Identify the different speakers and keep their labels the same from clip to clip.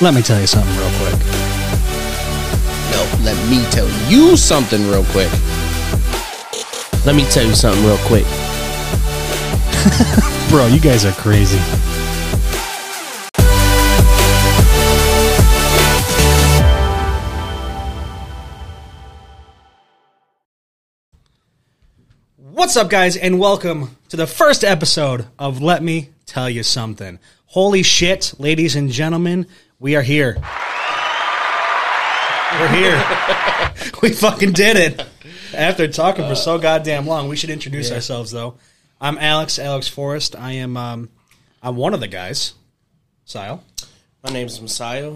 Speaker 1: Let me tell you something real quick.
Speaker 2: No, let me tell you something real quick. Let me tell you something real quick.
Speaker 1: Bro, you guys are crazy. What's up, guys, and welcome to the first episode of Let Me Tell You Something. Holy shit, ladies and gentlemen, we are here. We're here. we fucking did it. After talking for so goddamn long, we should introduce ourselves, though. I'm Alex, Alex Forrest. I am, um, I'm one of the guys. Sile,
Speaker 3: My name's Messiah,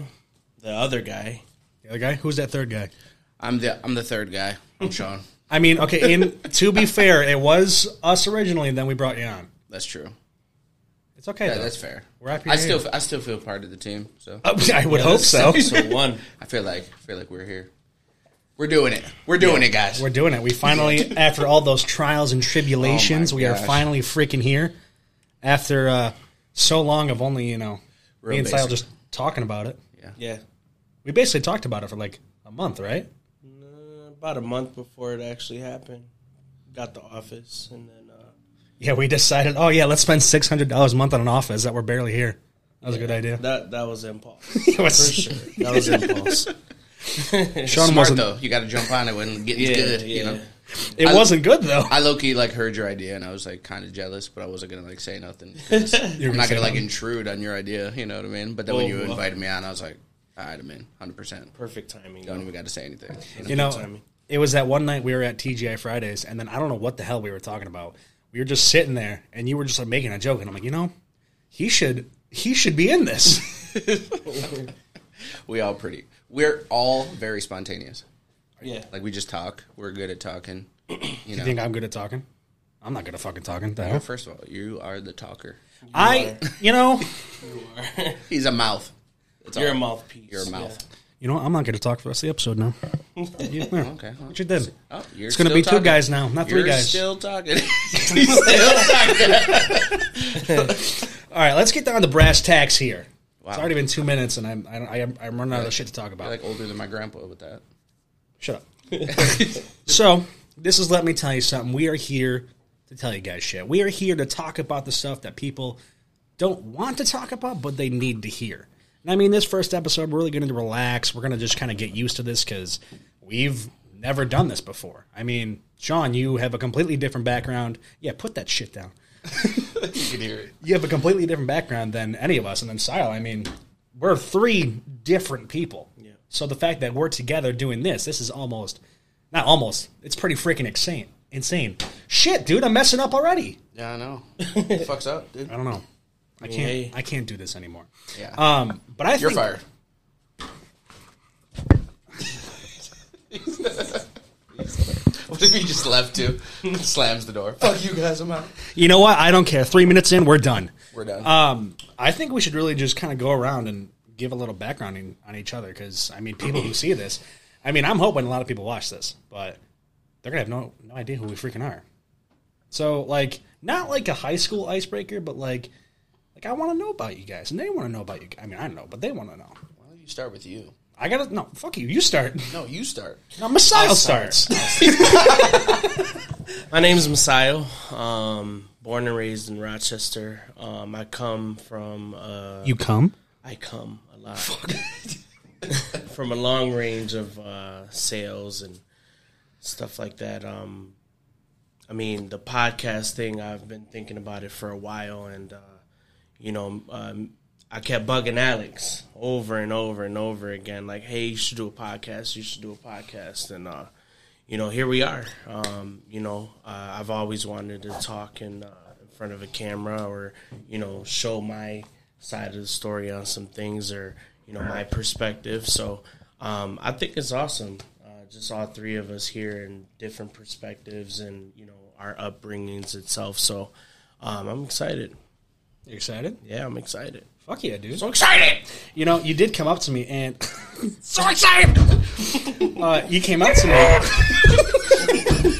Speaker 3: the other guy.
Speaker 1: the other guy. Who's that third guy?
Speaker 2: I'm the I'm the third guy. I'm Sean.
Speaker 1: I mean, okay. In to be fair, it was us originally, and then we brought you on.
Speaker 2: That's true.
Speaker 1: It's okay.
Speaker 2: Yeah,
Speaker 1: though.
Speaker 2: that's fair.
Speaker 1: We're happy
Speaker 2: I
Speaker 1: you're
Speaker 2: still I still feel part of the team. So
Speaker 1: Oh, I would hope so.
Speaker 3: So one.
Speaker 2: I feel like I feel like we're here. We're doing it. We're doing it, guys.
Speaker 1: We're doing it. We finally, after all those trials and tribulations,
Speaker 2: Oh my
Speaker 1: we are
Speaker 2: gosh.
Speaker 1: finally freaking here. After uh, so long of only you know
Speaker 2: Real
Speaker 1: me and Sile
Speaker 2: basic.
Speaker 1: just talking about it.
Speaker 3: Yeah.
Speaker 1: We basically talked about it for like a month, right?
Speaker 3: Uh, about a month before it actually happened. Got the office and then uh,
Speaker 1: Yeah, we decided. Oh yeah, let's spend six hundred dollars a month on an office that we're barely here. That was a good idea.
Speaker 3: that that was impulse.
Speaker 1: It was-
Speaker 3: For sure. That was impulse.
Speaker 1: Sean
Speaker 2: Smart
Speaker 1: wasn't.
Speaker 2: though. You got to jump on it when getting
Speaker 3: Yeah,
Speaker 2: good.
Speaker 3: yeah.
Speaker 2: You know.
Speaker 1: It
Speaker 2: I-
Speaker 1: wasn't good though.
Speaker 2: I low key like heard your idea and I was like kind of jealous, but I wasn't gonna like say nothing. 'cause
Speaker 1: You're
Speaker 2: I'm
Speaker 1: gonna
Speaker 2: not
Speaker 1: say
Speaker 2: gonna like
Speaker 1: nothing.
Speaker 2: intrude on your idea, you know what I mean? But then when
Speaker 3: Whoa,
Speaker 2: you
Speaker 3: whoa.
Speaker 2: invited me on, I was like, all right, I'm in, hundred percent.
Speaker 3: Perfect timing.
Speaker 2: Don't even got to say anything. you know?
Speaker 1: You know,
Speaker 3: timing.
Speaker 1: it was that one night we were at TGI Fridays, and then I don't know what the hell we were talking about. We were just sitting there, and you were just like making a joke, and I'm like, you know, he should he should be in this.
Speaker 2: We all pretty. We're all very spontaneous.
Speaker 3: Yeah.
Speaker 2: Like we just talk. We're good at talking. You
Speaker 1: you
Speaker 2: know.
Speaker 1: think I'm good at talking? I'm not good at fucking talking. The hell?
Speaker 2: First of all, you are the talker.
Speaker 1: I, you know,
Speaker 2: He's a mouth. That's
Speaker 3: You're
Speaker 2: all.
Speaker 3: a mouthpiece.
Speaker 2: You're a mouth.
Speaker 1: you know, I'm not going to talk for the rest of the episode now. You, there.
Speaker 2: Okay. well,
Speaker 1: What you did?
Speaker 2: Oh, you're
Speaker 1: It's going to
Speaker 2: still
Speaker 1: be two
Speaker 2: talking.
Speaker 1: guys now, not
Speaker 2: You're
Speaker 1: three guys.
Speaker 2: still talking. He's still talking.
Speaker 1: All right, let's get down to brass tacks here.
Speaker 2: Wow.
Speaker 1: It's already been two minutes, and I'm I, I'm, I'm running out of shit to talk about.
Speaker 2: You're like older than my grandpa with that.
Speaker 1: Shut up. so, this is let me tell you something. We are here to tell you guys shit. We are here to talk about the stuff that people don't want to talk about, but they need to hear. And I mean, this first episode, we're really going to relax. We're going to just kind of get used to this because we've never done this before. I mean, Sean, you have a completely different background. Yeah, put that shit down.
Speaker 2: You can hear it.
Speaker 1: You have a completely different background than any of us. And then Sile, I mean, we're three different people.
Speaker 3: Yeah.
Speaker 1: So the fact that we're together doing this, this is almost, not almost, it's pretty freaking insane. Insane. Shit, dude, I'm messing up already.
Speaker 2: Yeah, I know. Fucks up, dude.
Speaker 1: I don't know. I can't.
Speaker 3: Hey.
Speaker 1: I can't do this anymore.
Speaker 2: Yeah.
Speaker 1: Um, but I
Speaker 2: You're
Speaker 1: think,
Speaker 2: fired. what if you just left too? Slams the door. Fuck you guys, I'm out.
Speaker 1: You know what? I don't care. Three minutes in, we're done.
Speaker 2: We're done.
Speaker 1: Um, I think we should really just kind of go around and give a little background in, on each other because I mean, people who see this, I mean, I'm hoping a lot of people watch this, but they're gonna have no no idea who we freaking are. So like, not like a high school icebreaker, but like, like I want to know about you guys, and they want to know about you. I mean, I know, but they want to know.
Speaker 2: Why don't you start with you?
Speaker 1: I gotta no. Fuck you. You start.
Speaker 2: No, you start.
Speaker 1: No, Messiah starts.
Speaker 3: My name's Messiah. Um, born and raised in Rochester. Um, I come from uh,
Speaker 1: You come.
Speaker 3: I come a lot from a long range of uh, sales and stuff like that. Um, I mean, the podcast thing, I've been thinking about it for a while, and, uh, you know, um, I kept bugging Alex over and over and over again, like, hey, you should do a podcast, you should do a podcast. And, uh, you know, here we are. Um, you know, uh, I've always wanted to talk in, uh, in front of a camera or, you know, show my side of the story on some things or, you know, my perspective. So um, I think it's awesome. Uh, just all three of us here and different perspectives and, you know, our upbringings itself. So um, I'm excited.
Speaker 1: You excited?
Speaker 3: Yeah, I'm excited.
Speaker 1: Fuck yeah, dude.
Speaker 3: So excited!
Speaker 1: You know, you did come up to me and so excited. uh, you came up to me.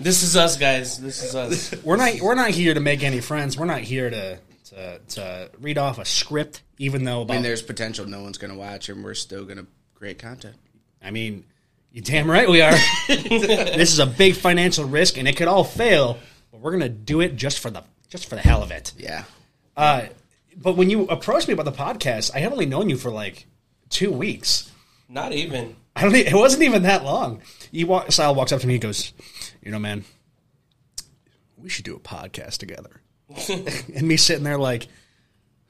Speaker 3: This is us, guys. This is us.
Speaker 1: We're not. We're not here to make any friends. We're not here to to, to read off a script, even though about,
Speaker 2: I mean, there's potential no one's going to watch, and we're still going to create content.
Speaker 1: I mean, you damn right we are. this is a big financial risk, and it could all fail, but we're going to do it just for the just for the hell of it.
Speaker 2: Yeah.
Speaker 1: Uh, but when you approached me about the podcast, I had only known you for like two weeks.
Speaker 3: Not even.
Speaker 1: I don't. e- It wasn't even that long. You walk, Sal walks up to me and goes, "You know, man, we should do a podcast together." and me sitting there like,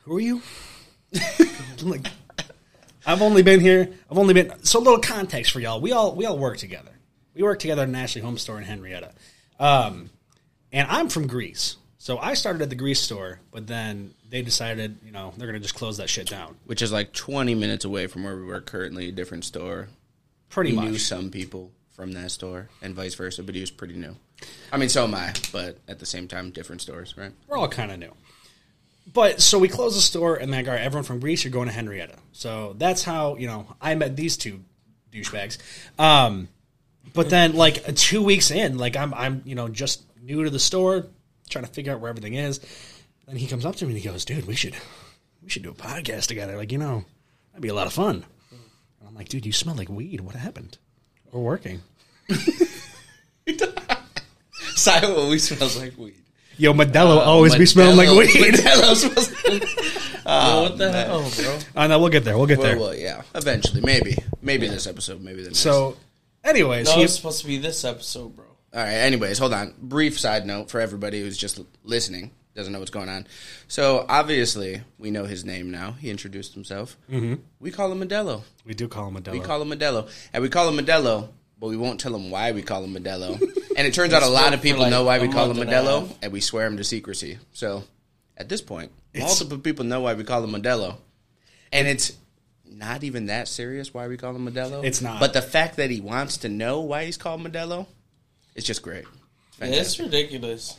Speaker 1: "Who are you?" I'm like, "I've only been here. I've only been." So, a little context for y'all. We all we all work together. We work together at an Ashley Home Store in Henrietta, um, and I'm from Greece. So I started at the Greece store, but then they decided, you know, they're going to just close that shit down.
Speaker 2: Which is like 20 minutes away from where we were currently, a different store.
Speaker 1: Pretty
Speaker 2: We
Speaker 1: much.
Speaker 2: knew some people from that store and vice versa, but he was pretty new. I mean, so am I, but at the same time, different stores, right?
Speaker 1: we're all kind of new. But so we close the store, and like, all right, everyone from Greece, you're going to Henrietta. So that's how you know I met these two douchebags. Um, but then, like two weeks in, like I'm, I'm, you know, just new to the store, trying to figure out where everything is. Then he comes up to me and he goes, "Dude, we should, we should do a podcast together. Like, you know, that'd be a lot of fun." And I'm like, "Dude, you smell like weed. What happened? We're working."
Speaker 2: Silo always smells like weed.
Speaker 1: Yo, Modelo always be smelling like weed.
Speaker 3: Yo, what the hell, bro?
Speaker 1: I know we'll get there. We'll get there.
Speaker 2: Well, well, yeah, eventually, maybe, maybe this episode, maybe the next.
Speaker 1: So, anyways,
Speaker 3: No,
Speaker 1: he-
Speaker 3: it's supposed to be this episode, bro.
Speaker 2: All right. Anyways, hold on. Brief side note for everybody who's just listening, doesn't know what's going on. So obviously, we know his name now. He introduced himself. Mm-hmm. We call him Modelo.
Speaker 1: We do call him Modelo.
Speaker 2: We call him Modelo, and we call him Modelo, but we won't tell him why we call him Modelo. and it turns out a lot of
Speaker 3: for
Speaker 2: people
Speaker 3: like
Speaker 2: know why
Speaker 3: a
Speaker 2: we call him
Speaker 3: month and a
Speaker 2: Modelo,
Speaker 3: half.
Speaker 2: and we swear him to secrecy. So at this point, multiple people know why we call him Modelo, and it's. Not even that serious why we call him Modelo.
Speaker 1: It's not.
Speaker 2: But the fact that he wants to know why he's called Modelo, it's just great.
Speaker 3: It's ridiculous.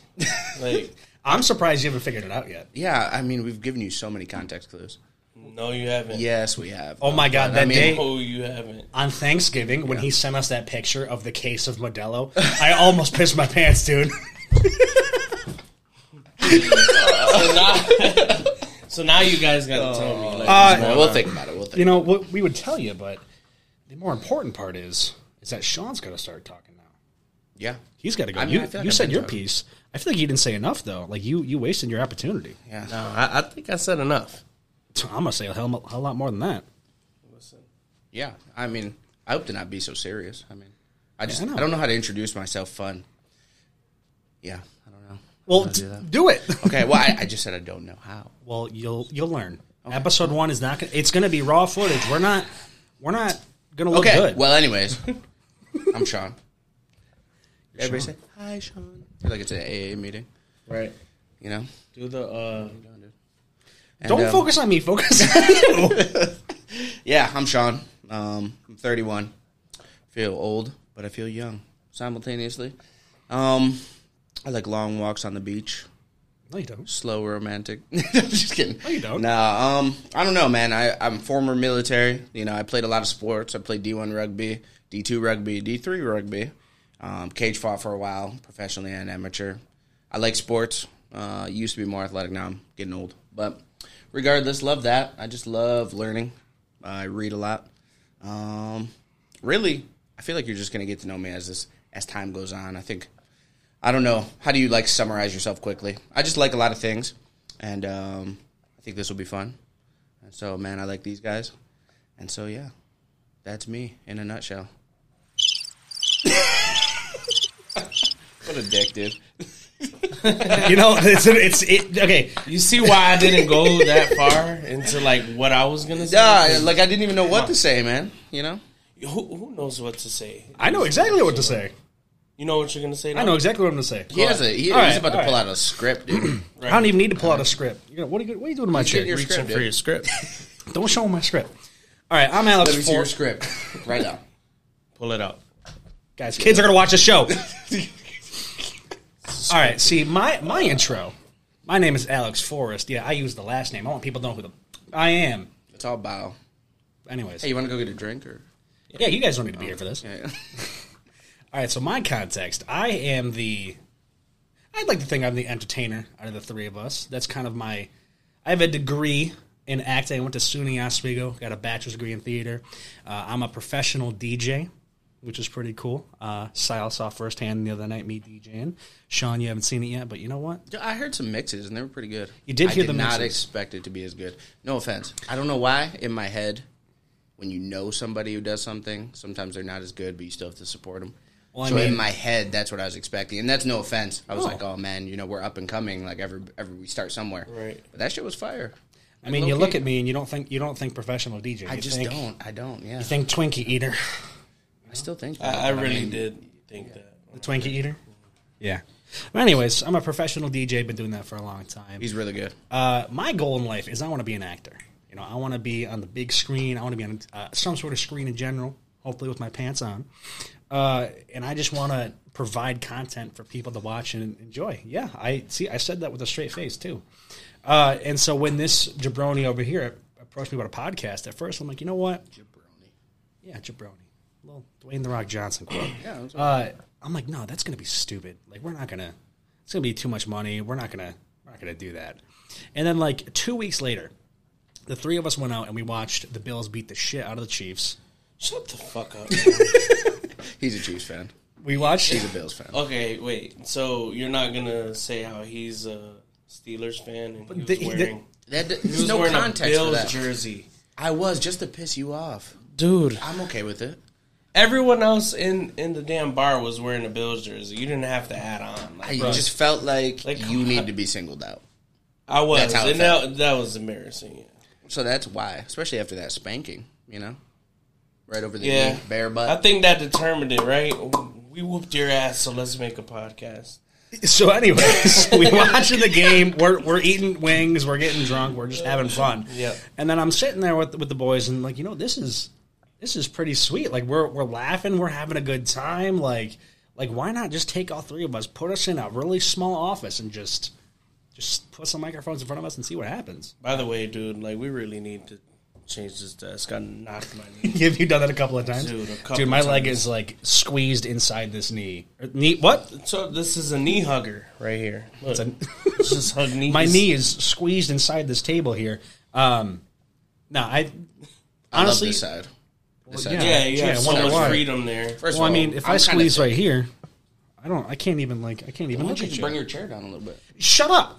Speaker 3: Like,
Speaker 1: I'm surprised you haven't figured it out yet.
Speaker 2: Yeah, I mean, we've given you so many context clues.
Speaker 3: no, you haven't.
Speaker 2: Yes, we have.
Speaker 1: Oh my God, that day-
Speaker 3: No, you haven't.
Speaker 1: On Thanksgiving, when he sent us that picture of the case of Modelo, I almost pissed my pants, dude.
Speaker 3: So now, so now you guys gotta tell me. Like,
Speaker 1: Oh.
Speaker 2: Well, we'll think about it. We'll think.
Speaker 1: You know, what we would tell you, but the more important part is is that Sean's got to start talking now.
Speaker 2: yeah,
Speaker 1: He's got to go.
Speaker 2: I mean,
Speaker 1: you
Speaker 2: I feel like
Speaker 1: you
Speaker 2: I've
Speaker 1: said
Speaker 2: been
Speaker 1: your
Speaker 2: talking.
Speaker 1: piece. I feel like you didn't say enough, though. Like, you, you wasted your opportunity.
Speaker 2: yeah.
Speaker 3: no,
Speaker 1: Uh,
Speaker 3: I, I think I said enough.
Speaker 1: I'm going to say a hell, of a hell lot more than that.
Speaker 3: Listen,
Speaker 2: Yeah, I mean, I hope to not be so serious. I mean, I just
Speaker 1: I
Speaker 2: I,
Speaker 1: know.
Speaker 2: don't know how to introduce myself fun. Yeah, I don't know.
Speaker 1: Well,
Speaker 2: I'll
Speaker 1: d-
Speaker 2: do
Speaker 1: do,
Speaker 2: that.
Speaker 1: it.
Speaker 2: Okay, well, I, I just said I don't know how.
Speaker 1: Well, you'll you'll learn. Episode one is not. Gonna, it's going to be raw footage. We're not. We're not going to look
Speaker 2: Okay,
Speaker 1: good.
Speaker 2: well, anyways, I'm Sean. Everybody say hi, Sean. I feel like it's an AA meeting,
Speaker 3: right?
Speaker 2: you know.
Speaker 3: Do the uh,
Speaker 2: And,
Speaker 1: Don't
Speaker 2: um,
Speaker 1: focus on me. Focus on you.
Speaker 2: Yeah, I'm Sean. Um, I'm 31. Feel old, but I feel young simultaneously. Um, I like long walks on the beach,
Speaker 1: no, you don't.
Speaker 2: slow romantic. I'm just kidding.
Speaker 1: you don't.
Speaker 2: Nah, um, I don't know, man. I, I'm former military. You know, I played a lot of sports. I played D1 rugby, D2 rugby, D3 rugby. Um, cage fought for a while, professionally and amateur. I like sports. Uh, used to be more athletic. Now I'm getting old. But regardless, love that. I just love learning. I read a lot. Um, really, I feel like you're just gonna get to know me as this as time goes on. I think I don't know. How do you like summarize yourself quickly? I just like a lot of things, and um, I think this will be fun. And so, man, I like these guys, and so yeah, that's me in a nutshell. what a dick, dude!
Speaker 1: You know, it's it's it, okay.
Speaker 3: You see why I didn't go that far into like what I was gonna say?
Speaker 2: Yeah, like I didn't even know what to say, man. You know?
Speaker 3: Who, who knows what to say?
Speaker 1: I know exactly what to say.
Speaker 3: You know what you're gonna say?
Speaker 1: I know exactly what I'm going to say.
Speaker 2: He has a, he,
Speaker 1: All
Speaker 2: he's
Speaker 1: right,
Speaker 2: about to
Speaker 1: all
Speaker 2: pull
Speaker 1: right.
Speaker 2: out a script, dude.
Speaker 1: I don't even need to pull out a script. You know, what are you what are you doing to my chair?
Speaker 2: Get your script, dude.
Speaker 3: script.
Speaker 1: Don't show him my script. All right, I'm Alex
Speaker 2: Let me see
Speaker 1: Ford.
Speaker 2: your script right now.
Speaker 3: Pull it out.
Speaker 1: Guys, kids are going to watch the show. All right, see my my intro. My name is Alex Forrest. Yeah, I use the last name. I want people to know who the I am.
Speaker 2: It's all bow.
Speaker 1: Anyways,
Speaker 2: Hey, you want to go get a drink or?
Speaker 1: yeah, you guys don't need to be here for this. All right, so my context, I am the. I'd like to think I'm the entertainer out of the three of us. That's kind of my I have a degree in acting. I went to SUNY Oswego, got a bachelor's degree in theater. Uh, I'm a professional DJ, which is pretty cool. Uh, Sile saw firsthand the other night me DJing. Sean, you haven't seen it yet, but you know what?
Speaker 2: Yeah, I heard some mixes and they were pretty good.
Speaker 1: You did
Speaker 2: I
Speaker 1: hear
Speaker 2: did
Speaker 1: the
Speaker 2: not
Speaker 1: mixes.
Speaker 2: expect it to be as good. No offense. I don't know why in my head, when you know somebody who does something, sometimes they're not as good, but you still have to support them.
Speaker 1: Well, I
Speaker 2: so
Speaker 1: mean-
Speaker 2: in my head, that's what I was expecting, and that's no offense. I was
Speaker 1: Oh.
Speaker 2: like, oh man, you know we're up and coming. Like every every we start somewhere.
Speaker 3: Right.
Speaker 2: But that shit was fire.
Speaker 1: I mean, you look at me and you don't think you don't think professional DJ.
Speaker 2: I
Speaker 1: You
Speaker 2: just
Speaker 1: think,
Speaker 2: don't. I don't. Yeah.
Speaker 1: You think Twinkie eater,
Speaker 2: I still think.
Speaker 3: I,
Speaker 2: that,
Speaker 3: I
Speaker 2: but
Speaker 3: really
Speaker 2: mean,
Speaker 3: did think that.
Speaker 1: the Twinkie eater. Yeah. But anyways, I'm a professional DJ. Been doing that for a long time.
Speaker 2: He's really good.
Speaker 1: uh, my goal in life is I want to be an actor. You know, I want to be on the big screen. I want to be on uh, some sort of screen in general, hopefully with my pants on. Uh, and I just want to provide content for people to watch and enjoy. Yeah, I see. I said that with a straight face too. Uh, and so when this jabroni over here approached me about a podcast, at first I'm like, you know what? Yeah, jabroni. Little Dwayne the Rock Johnson quote. yeah, uh, I'm like, no, that's gonna be stupid. Like, we're not gonna. It's gonna be too much money. We're not gonna. We're not gonna do that. And then like two weeks later, the three of us went out and we watched the Bills beat the shit out of the Chiefs.
Speaker 3: Shut the fuck up.
Speaker 2: He's a Chiefs fan.
Speaker 1: We watched.
Speaker 2: He's a Bills fan.
Speaker 1: Oh.
Speaker 3: okay, wait. So you're not gonna say how he's a Steelers fan and he was
Speaker 1: the- the-
Speaker 3: wearing
Speaker 2: That,
Speaker 3: he
Speaker 2: there's
Speaker 3: was
Speaker 2: no
Speaker 3: wearing a
Speaker 2: context for
Speaker 3: Bills
Speaker 2: that.
Speaker 3: jersey,
Speaker 2: I was just to piss you off.
Speaker 3: dude.
Speaker 2: I'm okay with it.
Speaker 3: Everyone else in in the damn bar was wearing a Bills jersey. You didn't have to add on.
Speaker 2: I
Speaker 3: Like,
Speaker 2: just felt like,
Speaker 3: Like,
Speaker 2: you
Speaker 3: come
Speaker 2: need
Speaker 3: on.
Speaker 2: to be singled out.
Speaker 3: I was,
Speaker 2: That's how it
Speaker 3: and that, that was embarrassing. Yeah.
Speaker 2: So that's why, especially after that spanking, you know, right over the
Speaker 3: Yeah.
Speaker 2: knee, bare butt.
Speaker 3: I think that determined it, right? We whooped your ass, so let's make a podcast.
Speaker 1: So, anyways, we watching the game. We're we're eating wings. We're getting drunk. We're just having fun.
Speaker 3: Yeah.
Speaker 1: And then I'm sitting there with with the boys and like, you know, this is this is pretty sweet. Like we're we're laughing. We're having a good time. Like like why not just take all three of us, put us in a really small office, and just just put some microphones in front of us and see what happens.
Speaker 3: By the way, dude, like we really need to change this desk. I knocked my knee.
Speaker 1: Have you done that a couple of times?
Speaker 3: Dude, a couple
Speaker 1: Dude, my leg
Speaker 3: times.
Speaker 1: is like squeezed inside this knee. Or Knee? What?
Speaker 3: So this is a knee hugger right here. Look,
Speaker 1: It's a-
Speaker 3: let's just hug knees.
Speaker 1: my knee is squeezed inside this table here. Um, no, I
Speaker 2: I love
Speaker 1: honestly,
Speaker 2: this side. This side.
Speaker 1: yeah.
Speaker 3: Yeah, you have
Speaker 1: Yeah,
Speaker 3: so
Speaker 1: wonder
Speaker 3: much
Speaker 1: why.
Speaker 3: freedom there.
Speaker 2: First
Speaker 1: well, I
Speaker 2: of all,
Speaker 1: mean, if i
Speaker 2: I'm kinda
Speaker 1: squeeze
Speaker 2: thick.
Speaker 1: right here, I don't, I can't even like, I can't even
Speaker 2: why
Speaker 1: look
Speaker 2: don't
Speaker 1: at
Speaker 2: you
Speaker 1: you.
Speaker 2: bring your chair down a little bit?
Speaker 1: Shut up,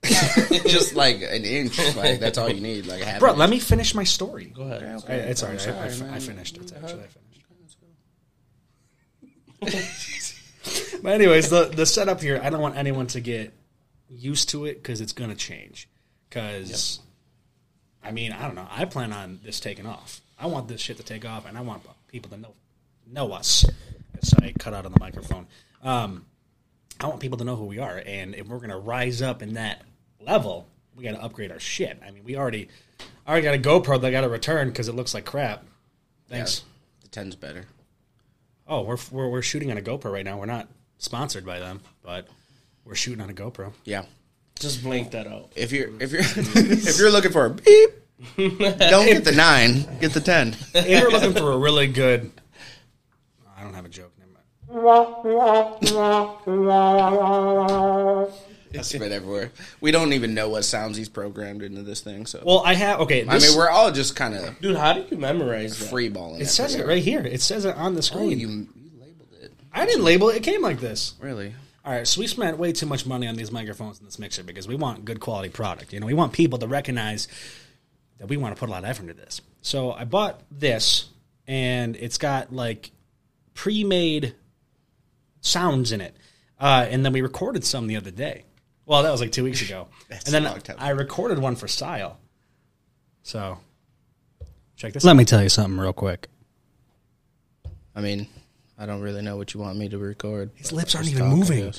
Speaker 2: just like an inch. Like that's all you need. Like a half
Speaker 1: bro.
Speaker 2: inch.
Speaker 1: Let me finish my story.
Speaker 3: Go ahead.
Speaker 1: I, it's alright. I, I, fi- I finished. It's
Speaker 2: Uh-huh.
Speaker 1: actually I finished. but anyways, the the setup here. I don't want anyone to get used to it because it's gonna change. Because I mean, I don't know. I plan on this taking off. I want this shit to take off, and I want people to know know us. Sorry, cut out on the microphone. Um, I want people to know who we are, and if we're gonna rise up in that level, we got to upgrade our shit. I mean, we already, I already got a GoPro that I got to return because it looks like crap. Thanks.
Speaker 2: The ten's better.
Speaker 1: Oh, we're, we're we're shooting on a GoPro right now. We're not sponsored by them, but we're shooting on a GoPro.
Speaker 2: Yeah.
Speaker 3: Just blank that out.
Speaker 2: If you're if you're if you're looking for a beep, don't get the nine. Get the ten.
Speaker 1: If you're looking for a really good, I don't have a joke. Never mind.
Speaker 2: That's spread everywhere. We don't even know what sounds he's programmed into this thing. So
Speaker 1: Well, I have okay.
Speaker 2: I
Speaker 1: this-
Speaker 2: mean, we're all just kind of
Speaker 3: Dude, how do you memorize that?
Speaker 2: free balling.
Speaker 1: It says it right here. It says it on the
Speaker 2: Oh,
Speaker 1: screen.
Speaker 2: you, you labeled it.
Speaker 1: I didn't label it. It came like this.
Speaker 2: Really?
Speaker 1: All right, so we spent way too much money on these microphones in this mixer because we want good quality product. You know, we want people to recognize that we want to put a lot of effort into this. So I bought this, and it's got like pre-made sounds in it, uh, and then we recorded some the other day. Well, that was like two weeks ago, and then
Speaker 2: a long time.
Speaker 1: I recorded one for Style. So check this. Let me tell you something real quick.
Speaker 2: I mean, I don't really know what you want me to record.
Speaker 1: His lips aren't even moving.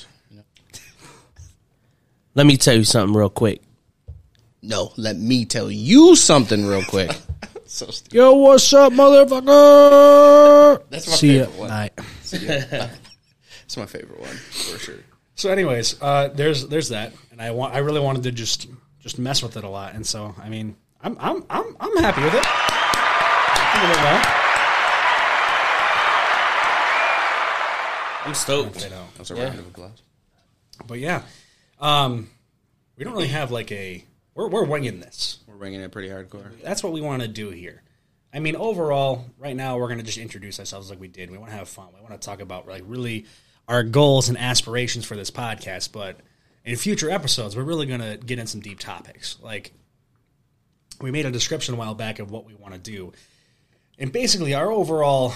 Speaker 3: Let me tell you something real quick.
Speaker 2: No, let me tell you something real quick. so stupid.
Speaker 1: Yo, what's up, motherfucker?
Speaker 2: That's my
Speaker 1: See ya.
Speaker 2: favorite one.
Speaker 1: Night.
Speaker 2: It's my favorite one for sure.
Speaker 1: So, anyways, uh, there's there's that, and I want I really wanted to just just mess with it a lot, and so I mean, I'm I'm I'm I'm happy with it. I think it went well.
Speaker 3: I'm stoked.
Speaker 2: That's a round of applause.
Speaker 1: But yeah, um, we don't really have like a We're we're winging this.
Speaker 2: We're bringing it pretty hardcore.
Speaker 1: That's what we want to do here. I mean, overall, right now we're going to just introduce ourselves like we did. We want to have fun. We want to talk about like really our goals and aspirations for this podcast. But in future episodes, we're really going to get in some deep topics. Like we made a description a while back of what we want to do, and basically our overall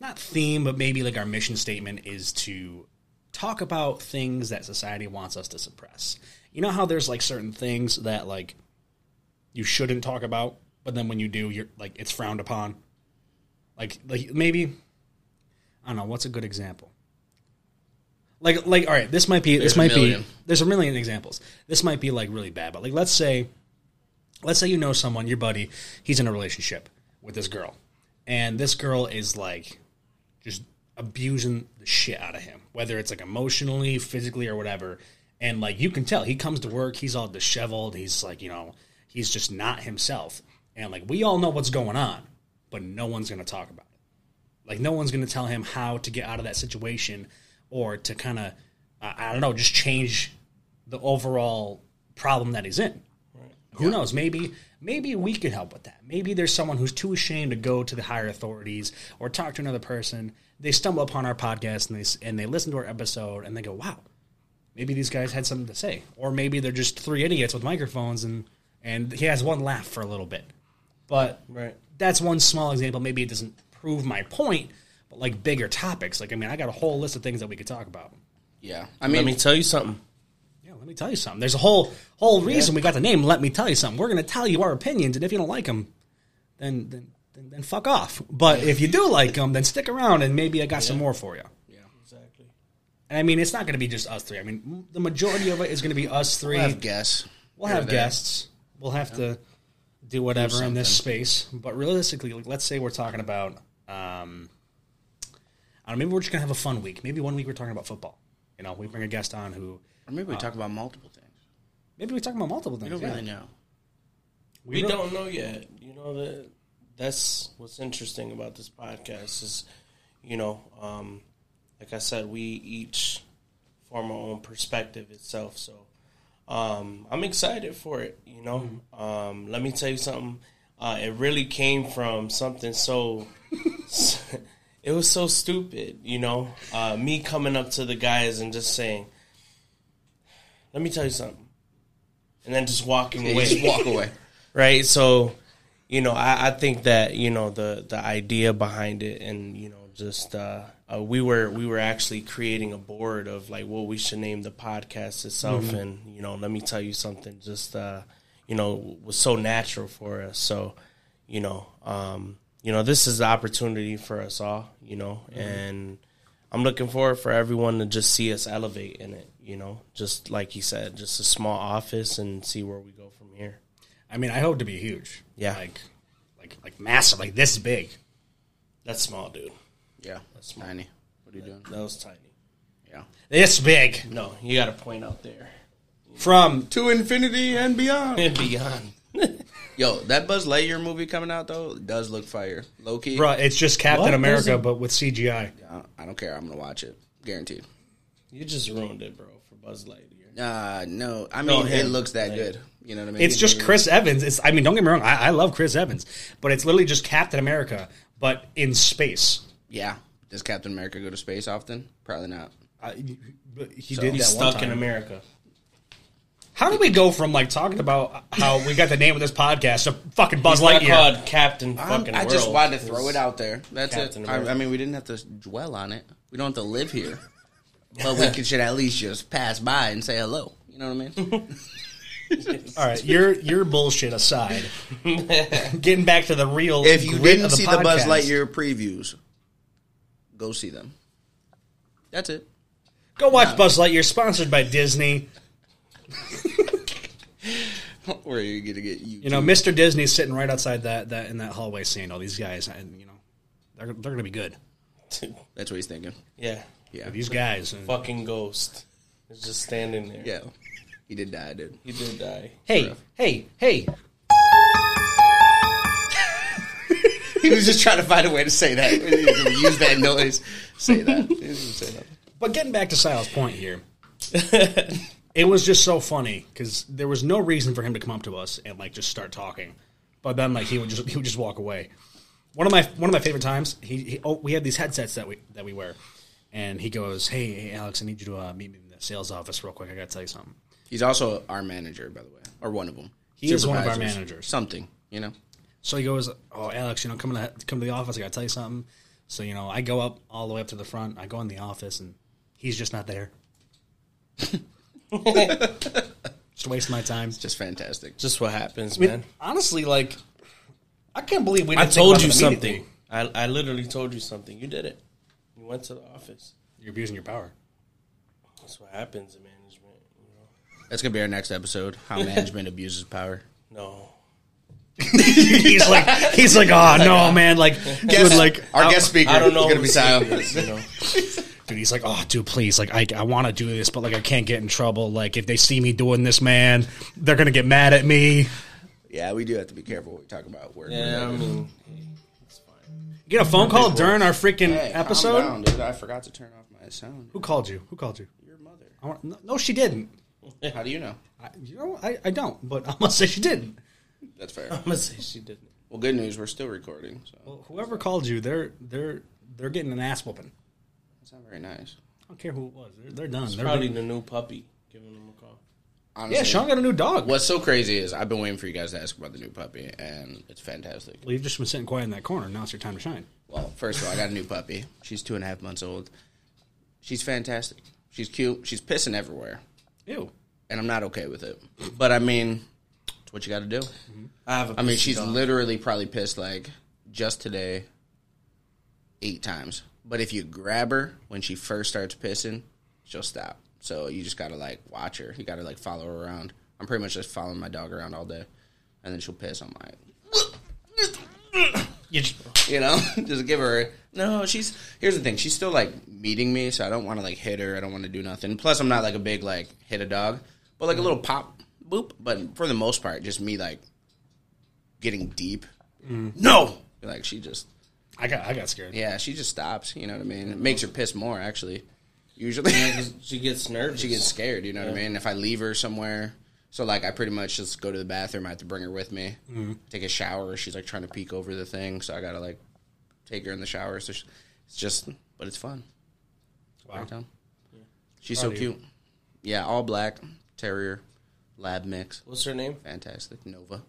Speaker 1: not theme, but maybe like our mission statement is to talk about things that society wants us to suppress. You know how there's like certain things that like you shouldn't talk about, but then when you do, you're like it's frowned upon. Like like maybe I don't know what's a good example. Like like all right, this might be
Speaker 2: There's
Speaker 1: this
Speaker 2: a
Speaker 1: might be
Speaker 2: million.
Speaker 1: there's a million examples. This might be like really bad, but like let's say let's say you know someone, your buddy, he's in a relationship with this girl, and this girl is like just abusing the shit out of him, whether it's like emotionally, physically, or whatever. And like you can tell, he comes to work, he's all disheveled, he's like, you know, he's just not himself. And like we all know what's going on, but no one's gonna talk about it. Like no one's gonna tell him how to get out of that situation or to kind of, I I don't know, just change the overall problem that he's in. Who knows? Maybe maybe we could help with that. Maybe there's someone who's too ashamed to go to the higher authorities or talk to another person. They stumble upon our podcast and they s- and they listen to our episode and they go, "Wow, maybe these guys had something to say," or maybe they're just three idiots with microphones and and he has one laugh for a little bit. But
Speaker 3: Right.
Speaker 1: that's one small example. Maybe it doesn't prove my point, but like bigger topics. Like I mean, I got a whole list of things that we could talk about.
Speaker 2: Yeah, I mean,
Speaker 3: Let me tell you something.
Speaker 1: Yeah, let me tell you something. There's a whole whole reason we got the name. Let me tell you something. We're going to tell you our opinions, and if you don't like them, then then then, then fuck off. But if you do like them, then stick around, and maybe I got some more for you.
Speaker 2: yeah.
Speaker 3: Exactly.
Speaker 1: And I mean, it's not going to be just us three. I mean, m- the majority of it is going to be us 3
Speaker 2: I have guess.
Speaker 1: We'll
Speaker 2: Here or
Speaker 1: have
Speaker 2: there.
Speaker 1: guests. We'll have to do whatever in this space. But realistically, like, let's say we're talking about, um, I don't know, maybe we're just gonna have a fun week. Maybe one week we're talking about football. You know, we bring a guest on who
Speaker 2: Or maybe we talk about multiple things.
Speaker 1: maybe we talk about multiple
Speaker 2: We
Speaker 1: things.
Speaker 2: don't
Speaker 1: yeah.
Speaker 2: really know.
Speaker 3: We,
Speaker 1: really-
Speaker 3: don't know yet. You know that that's what's interesting about this podcast is, you know, um, like I said, we each form our own perspective itself. So um, I'm excited for it. You know,
Speaker 2: Mm-hmm.
Speaker 3: um, let me tell you something. Uh, it really came from something so. it was so stupid. You know, uh, me coming up to the guys and just saying, "Let me tell you something," and then just walking
Speaker 2: Yeah,
Speaker 3: away
Speaker 2: you just walk away.
Speaker 3: right? So, you know, I, I think that you know the the idea behind it, and you know, just uh, uh, we were we were actually creating a board of like what we should name the podcast itself, and you know, let me tell you something, just uh, you know, was so natural for us. So, you know, um, you know, this is the opportunity for us all, you know, and. I'm looking forward for everyone to just see us elevate in it, you know, just like he said, just a small office and see where we go from here.
Speaker 1: I mean, I hope to be huge.
Speaker 3: Yeah.
Speaker 1: like, like, like massive, like this big.
Speaker 3: That's small, dude.
Speaker 2: Yeah, that's tiny. What are you doing?
Speaker 3: That was tiny.
Speaker 2: Yeah,
Speaker 1: This big
Speaker 3: No, you got a point out there.
Speaker 1: from
Speaker 2: to infinity and beyond.
Speaker 3: And beyond.
Speaker 2: Yo, that Buzz Lightyear movie coming out though does look fire. Low key,
Speaker 1: bruh, It's just Captain
Speaker 3: What?
Speaker 1: America,
Speaker 3: There's a-
Speaker 1: but with CGI.
Speaker 2: I I don't care. I'm gonna watch it, guaranteed.
Speaker 3: You just ruined it, bro, for Buzz Lightyear.
Speaker 2: Uh no, I mean it
Speaker 3: him.
Speaker 2: looks that good. You know what I mean?
Speaker 1: It's just Chris Evans. It's I mean, don't get me wrong. I, I love Chris Evans, but it's literally just Captain America, but in space.
Speaker 2: Yeah. Does Captain America go to space often? Probably not.
Speaker 1: I, but he did
Speaker 3: He's
Speaker 1: that one
Speaker 3: stuck in
Speaker 1: time.
Speaker 3: America.
Speaker 1: How do we go from like talking about how we got the name of this podcast to fucking Buzz
Speaker 3: He's not
Speaker 1: Lightyear?
Speaker 3: called Captain
Speaker 2: Um,
Speaker 3: fucking
Speaker 2: I
Speaker 3: World.
Speaker 2: just wanted to throw it out there. That's
Speaker 3: Captain
Speaker 2: it. I,
Speaker 3: America.
Speaker 2: I mean, we didn't have to dwell on it. We don't have to live here, but we could, should at least just pass by and say hello. You know what I mean?
Speaker 1: All right, your your bullshit aside, getting back to the real.
Speaker 2: if you
Speaker 1: grit
Speaker 2: didn't
Speaker 1: of the
Speaker 2: see the Buzz
Speaker 1: podcast.
Speaker 2: Lightyear previews, go see them. That's it.
Speaker 1: Go watch Buzz Lightyear, sponsored by Disney.
Speaker 2: Where are you gonna get
Speaker 1: You know, Mr. Disney's sitting right outside that, that in that hallway, seeing all these guys, and you know, they're they're gonna be good.
Speaker 2: That's what he's thinking.
Speaker 3: yeah.
Speaker 2: Yeah,
Speaker 1: These guys. and-
Speaker 3: Fucking ghost. It's just standing there.
Speaker 2: yeah. He did die, dude.
Speaker 3: He did die.
Speaker 1: hey, hey, hey!
Speaker 2: He was just trying to find a way to say that. He was gonna Use that noise. Say that. He was gonna say that.
Speaker 1: But getting back to Silas' point here, it was just so funny because there was no reason for him to come up to us and like just start talking, but then like he would just he would just walk away. One of my one of my favorite times, he, he oh, we had these headsets that we that we wear, and he goes, "Hey, hey Alex, I need you to uh, meet me in the sales office real quick. I got to tell you something."
Speaker 2: He's also our manager, by the way, or one of them.
Speaker 1: He is one of our
Speaker 2: Supervisors.
Speaker 1: managers.
Speaker 2: Something, you know.
Speaker 1: So he goes, "Oh, Alex, you know, come to the, come to the office. I gotta tell you something." So you know, I go up all the way up to the front. I go in the office, and he's just not there. just wasting my time.
Speaker 2: Just fantastic.
Speaker 3: Just what happens,
Speaker 1: I mean,
Speaker 3: man.
Speaker 1: honestly, like, I can't believe we.
Speaker 3: I
Speaker 1: Didn't think
Speaker 3: told
Speaker 1: about
Speaker 3: you
Speaker 1: it
Speaker 3: something.
Speaker 1: immediately.
Speaker 3: I, I literally told you something. You did it. You went to the office.
Speaker 1: You're abusing your power.
Speaker 3: That's what happens in management. You
Speaker 2: That's gonna be our next episode. How management abuses power.
Speaker 3: know? No.
Speaker 1: he's like, he's like, oh no, man, like, dude, like,
Speaker 2: our guest speaker.
Speaker 3: I don't know.
Speaker 2: is gonna be Sal.
Speaker 3: who's this, you know?
Speaker 1: dude, he's like, oh, dude, please, like, I, I want to do this, but like, I can't get in trouble. Like, if they see me doing this, man, they're gonna get mad at me.
Speaker 2: Yeah, we do have to be careful what we talk about. Work.
Speaker 3: Yeah, I mean, it's fine.
Speaker 1: Get a phone call during our freaking
Speaker 2: Hey, calm
Speaker 1: episode.
Speaker 2: down, dude. I forgot to turn off my sound.
Speaker 1: Who called you? Who called you?
Speaker 2: Your mother.
Speaker 1: I want, no, no, she didn't.
Speaker 2: How do you know?
Speaker 1: I, you know, I, I don't, but I'm gonna say she didn't.
Speaker 2: That's fair.
Speaker 3: I'm gonna say she didn't.
Speaker 2: Well, good news. We're still recording, so
Speaker 1: Well, whoever called you, they're they're they're getting an ass whooping.
Speaker 2: it's not very nice.
Speaker 1: I don't care who it was. They're, they're done. They're
Speaker 3: Probably
Speaker 1: done.
Speaker 3: the new puppy. Giving him a call.
Speaker 2: Honestly,
Speaker 1: Yeah, Sean got a new dog.
Speaker 2: What's so crazy is I've been waiting for you guys to ask about the new puppy, and it's fantastic.
Speaker 1: Well, you've just been sitting quiet in that corner. Now it's your time to shine.
Speaker 2: Well, first of all, I got a new puppy. She's two and a half months old. She's fantastic. She's cute. She's pissing everywhere,
Speaker 1: Ew.
Speaker 2: and I'm not okay with it. But I mean, it's what you got to do.
Speaker 3: I have a
Speaker 2: I mean,
Speaker 3: pissy
Speaker 2: she's
Speaker 3: dog.
Speaker 2: literally probably pissed like just today eight times. But if you grab her when she first starts pissing, she'll stop. So you just gotta like watch her. You gotta like follow her around. I'm pretty much just following my dog around all day, and then she'll piss. I'm like,
Speaker 1: You just,
Speaker 2: you know, just give her. No, she's here's the thing. She's still like meeting me, so I don't want to like hit her. I don't want to do nothing. Plus, I'm not like a big like hit a dog, but like a little pop boop. But for the most part, just me like getting deep.
Speaker 1: Mm.
Speaker 2: No, like she just
Speaker 1: I got I got scared.
Speaker 2: yeah, she just stops. You know what I mean? It makes her piss more actually. Usually,
Speaker 3: She gets nervous.
Speaker 2: she gets scared. You know what I mean? If I leave her somewhere, so like I pretty much just go to the bathroom. I have to bring her with me,
Speaker 1: Mm-hmm.
Speaker 2: take a shower. She's like trying to peek over the thing, so I gotta like take her in the shower. So she, it's just, but it's fun.
Speaker 1: Wow.
Speaker 2: Tom. She's
Speaker 1: Proud
Speaker 2: so
Speaker 1: of you.
Speaker 2: cute. Yeah, all black terrier, lab mix,
Speaker 3: What's her name?
Speaker 2: fantastic. Nova.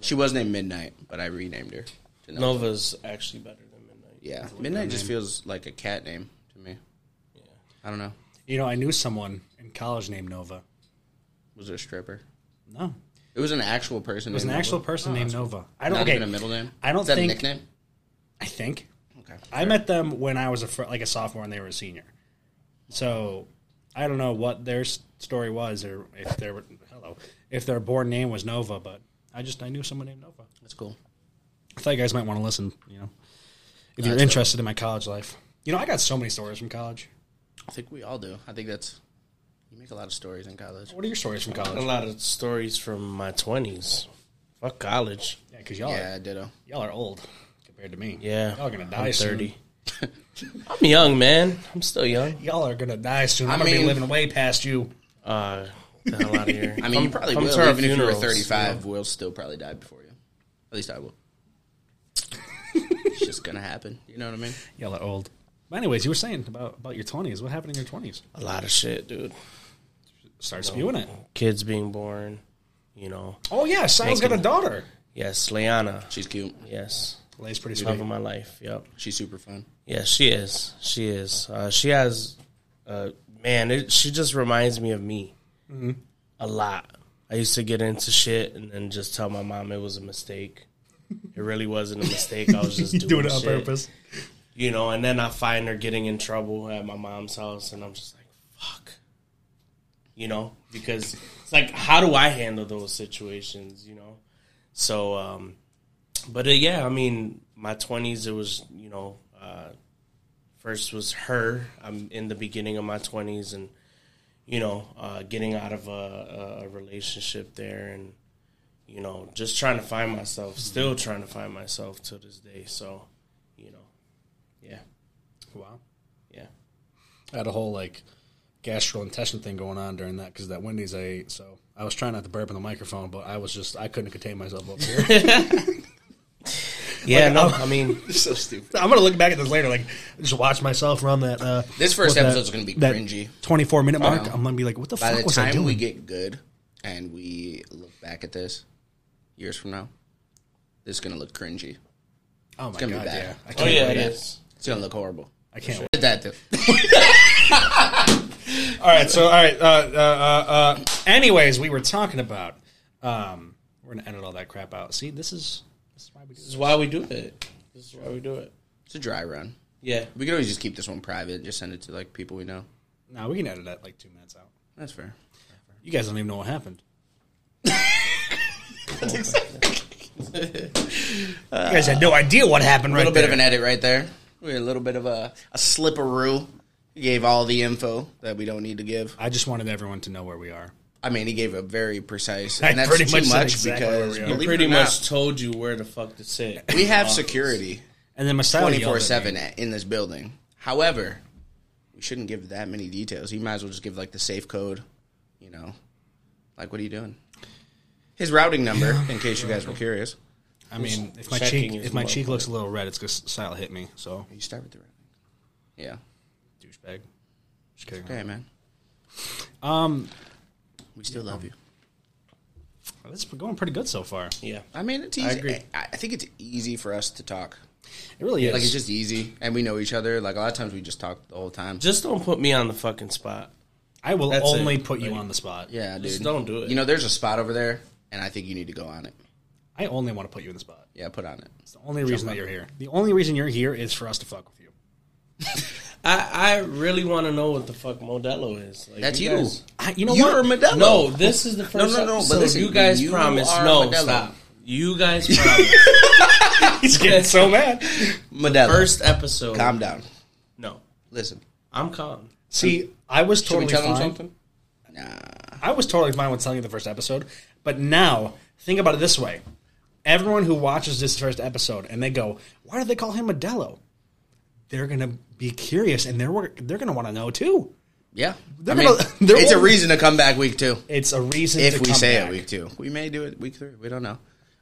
Speaker 2: She was named Midnight, but I renamed her. To Nova.
Speaker 3: Nova's actually better than Midnight.
Speaker 2: Yeah, Midnight just feels like a cat name to me.
Speaker 3: Yeah.
Speaker 2: I don't know.
Speaker 1: You know, I knew someone in college named Nova.
Speaker 2: Was it a stripper?
Speaker 1: No,
Speaker 2: It was an actual person.
Speaker 1: it was an actual person named Nova. I don't.
Speaker 2: Not
Speaker 1: Okay,
Speaker 2: even a middle name.
Speaker 1: I don't
Speaker 2: Is that
Speaker 1: think-
Speaker 2: a nickname.
Speaker 1: I think
Speaker 2: Okay.
Speaker 1: I met them when I was a fr- like a sophomore and they were a senior. So I don't know what their s- story was or if their hello if their born name was Nova, but I just I knew someone named Nova.
Speaker 2: That's cool.
Speaker 1: I thought you guys might want to listen. You know, if you're interested in my college life, you know I got so many stories from college.
Speaker 2: I think we all do. I think that's you make a lot of stories in college.
Speaker 1: What are your stories from
Speaker 3: A
Speaker 1: college?
Speaker 3: lot of stories from my twenties. Fuck college.
Speaker 1: Yeah, because y'all
Speaker 2: Yeah,
Speaker 1: are,
Speaker 2: ditto.
Speaker 1: y'all are old compared to me.
Speaker 3: Yeah.
Speaker 1: y'all are gonna die
Speaker 3: I'm
Speaker 1: soon.
Speaker 3: I'm young, man. I'm still young.
Speaker 1: Y'all are gonna die soon. I'm
Speaker 2: I
Speaker 1: gonna be
Speaker 2: mean-
Speaker 1: living way past you.
Speaker 3: Uh, get the hell out of here.
Speaker 2: I mean, you probably will. Even if you were 35, we'll still probably die before you. At least I will. it's just gonna happen. You know what I mean?
Speaker 1: Y'all are old. But anyways, you were saying about about your twenties. What happened in your twenties?
Speaker 3: A lot of shit, dude.
Speaker 1: Start spewing it.
Speaker 3: Kids being born. You know.
Speaker 1: Oh yeah, Sal's got a daughter.
Speaker 3: Yes, Liana.
Speaker 2: She's cute.
Speaker 3: Yes,
Speaker 1: Lay's pretty
Speaker 3: love
Speaker 1: sweet.
Speaker 3: of my life. Yep.
Speaker 2: She's super fun.
Speaker 3: Yeah, she is. She is. Uh, she has, uh, man, it, she just reminds me of me
Speaker 1: Mm-hmm.
Speaker 3: a lot. I used to get into shit and then just tell my mom it was a mistake. It really wasn't a mistake. I was just doing,
Speaker 1: Do it on
Speaker 3: shit,
Speaker 1: purpose.
Speaker 3: You know, and then I find her getting in trouble at my mom's house and I'm just like, fuck. You know, because it's like, how do I handle those situations, you know? So, um, but uh, yeah, I mean, my twenties, it was you know, uh, first was her. I'm in the beginning of my twenties, and you know, uh, getting out of a, a relationship there, and you know, just trying to find myself. Still trying to find myself to this day. So, you know, yeah,
Speaker 1: Wow.
Speaker 3: yeah.
Speaker 1: I had a whole like gastrointestinal thing going on during that because that Wendy's I ate. So I was trying not to burp in the microphone, but I was just I couldn't contain myself up here.
Speaker 3: Yeah, no, I mean,
Speaker 2: You're so stupid.
Speaker 1: I'm gonna look back at this later, like just watch myself run that. Uh,
Speaker 2: This first
Speaker 1: what that-
Speaker 2: episode's gonna be
Speaker 1: that
Speaker 2: cringy.
Speaker 1: 24 minute mark.
Speaker 2: know.
Speaker 1: I'm gonna be like, what the
Speaker 2: By the
Speaker 1: fuck was I
Speaker 2: time
Speaker 1: doing?
Speaker 2: we get good and we look back at this years from now, this is gonna look cringy.
Speaker 1: oh my god,
Speaker 2: gonna be bad.
Speaker 1: yeah, I
Speaker 3: oh
Speaker 1: can't,
Speaker 3: yeah, it
Speaker 2: Yeah.
Speaker 3: is.
Speaker 2: It's gonna look horrible.
Speaker 1: I can't.
Speaker 2: Did that though.
Speaker 1: All right, so all right. Uh, uh, uh, uh, anyways, we were talking about. Um, we're gonna edit all that crap out. See, this is this is why we do
Speaker 3: This is why we do it. This is why we do it.
Speaker 2: It's a dry run.
Speaker 3: Yeah,
Speaker 2: We could always just keep this one private. Just send it to like people we know.
Speaker 1: Now we can edit that like two minutes out.
Speaker 2: That's fair.
Speaker 1: You guys don't even know what happened. you guys had no idea what happened
Speaker 2: A
Speaker 1: right
Speaker 2: little bit of
Speaker 1: there.
Speaker 2: an edit right there. We had a little bit of a a slipperoo. He gave all the info that we don't need to give.
Speaker 1: I just wanted everyone to know where we are.
Speaker 2: I mean, he gave a very precise,
Speaker 1: I
Speaker 2: and that's
Speaker 1: pretty
Speaker 2: too
Speaker 1: much
Speaker 2: much,
Speaker 1: said exactly where
Speaker 2: because
Speaker 1: we are.
Speaker 2: believe it
Speaker 3: pretty
Speaker 2: or not,
Speaker 3: much told you where the fuck to sit.
Speaker 2: we have security
Speaker 1: And then Messiah
Speaker 2: twenty four seven in this building. However, we shouldn't give that many details. You might as well just give like the safe code. You know, like what are you doing? His routing number, in case you guys were curious.
Speaker 1: I mean, if my
Speaker 3: Checking
Speaker 1: cheek
Speaker 3: is
Speaker 1: if my
Speaker 3: low.
Speaker 1: cheek looks a little red, it's because Sal hit me. So
Speaker 2: You start with the routing. Yeah.
Speaker 1: douchebag. Just kidding.
Speaker 2: Okay, man.
Speaker 1: Um,
Speaker 2: We still love you.
Speaker 1: this is going pretty good so far.
Speaker 3: Yeah,
Speaker 2: I mean, it's easy. I,
Speaker 3: agree.
Speaker 2: I, think it's easy for us to talk.
Speaker 1: It really is.
Speaker 2: Like it's just easy, and we know each other. Like a lot of times, we just talk the whole time.
Speaker 3: just don't put me on the fucking spot.
Speaker 1: I will
Speaker 3: That's
Speaker 1: only
Speaker 3: it.
Speaker 1: put you
Speaker 3: Like-
Speaker 1: on the spot.
Speaker 2: yeah, dude.
Speaker 3: Just don't do it.
Speaker 2: You know, there's a spot over there, and I think you need to go on it.
Speaker 1: I only want to put you in the spot.
Speaker 2: Yeah, put on it.
Speaker 1: It's the only reason that you're here. The only reason you're here is for us to fuck with you.
Speaker 3: I, I really want to know what the fuck Modelo is. Like,
Speaker 2: That's you.
Speaker 3: guys-
Speaker 1: I, you know
Speaker 2: You're
Speaker 1: what?
Speaker 2: Modelo.
Speaker 3: No, this is the first.
Speaker 2: no, no, but
Speaker 3: episode.
Speaker 2: listen,
Speaker 3: you guys
Speaker 2: you
Speaker 3: promised.
Speaker 2: are
Speaker 3: No,
Speaker 2: Modelo.
Speaker 3: stop. You guys promised.
Speaker 1: He's getting so mad.
Speaker 2: Modelo.
Speaker 3: first episode.
Speaker 2: calm down.
Speaker 3: No,
Speaker 2: Listen.
Speaker 3: I'm calm.
Speaker 1: See, I was
Speaker 2: Should
Speaker 1: totally
Speaker 2: we tell them
Speaker 1: fine.
Speaker 2: something? Nah.
Speaker 1: I was totally fine with telling you the first episode, but now think about it this way: everyone who watches this first episode and they go, "Why did they call him Modelo?" They're gonna be curious and they're they're gonna want to know too.
Speaker 2: Yeah.
Speaker 1: They're
Speaker 2: I mean,
Speaker 1: gonna- they're
Speaker 2: it's a
Speaker 1: all-
Speaker 2: reason to come back week two.
Speaker 1: It's a reason
Speaker 2: If
Speaker 1: to
Speaker 2: we
Speaker 1: come
Speaker 2: say
Speaker 1: back.
Speaker 2: it week two, we may do it week three. We don't know.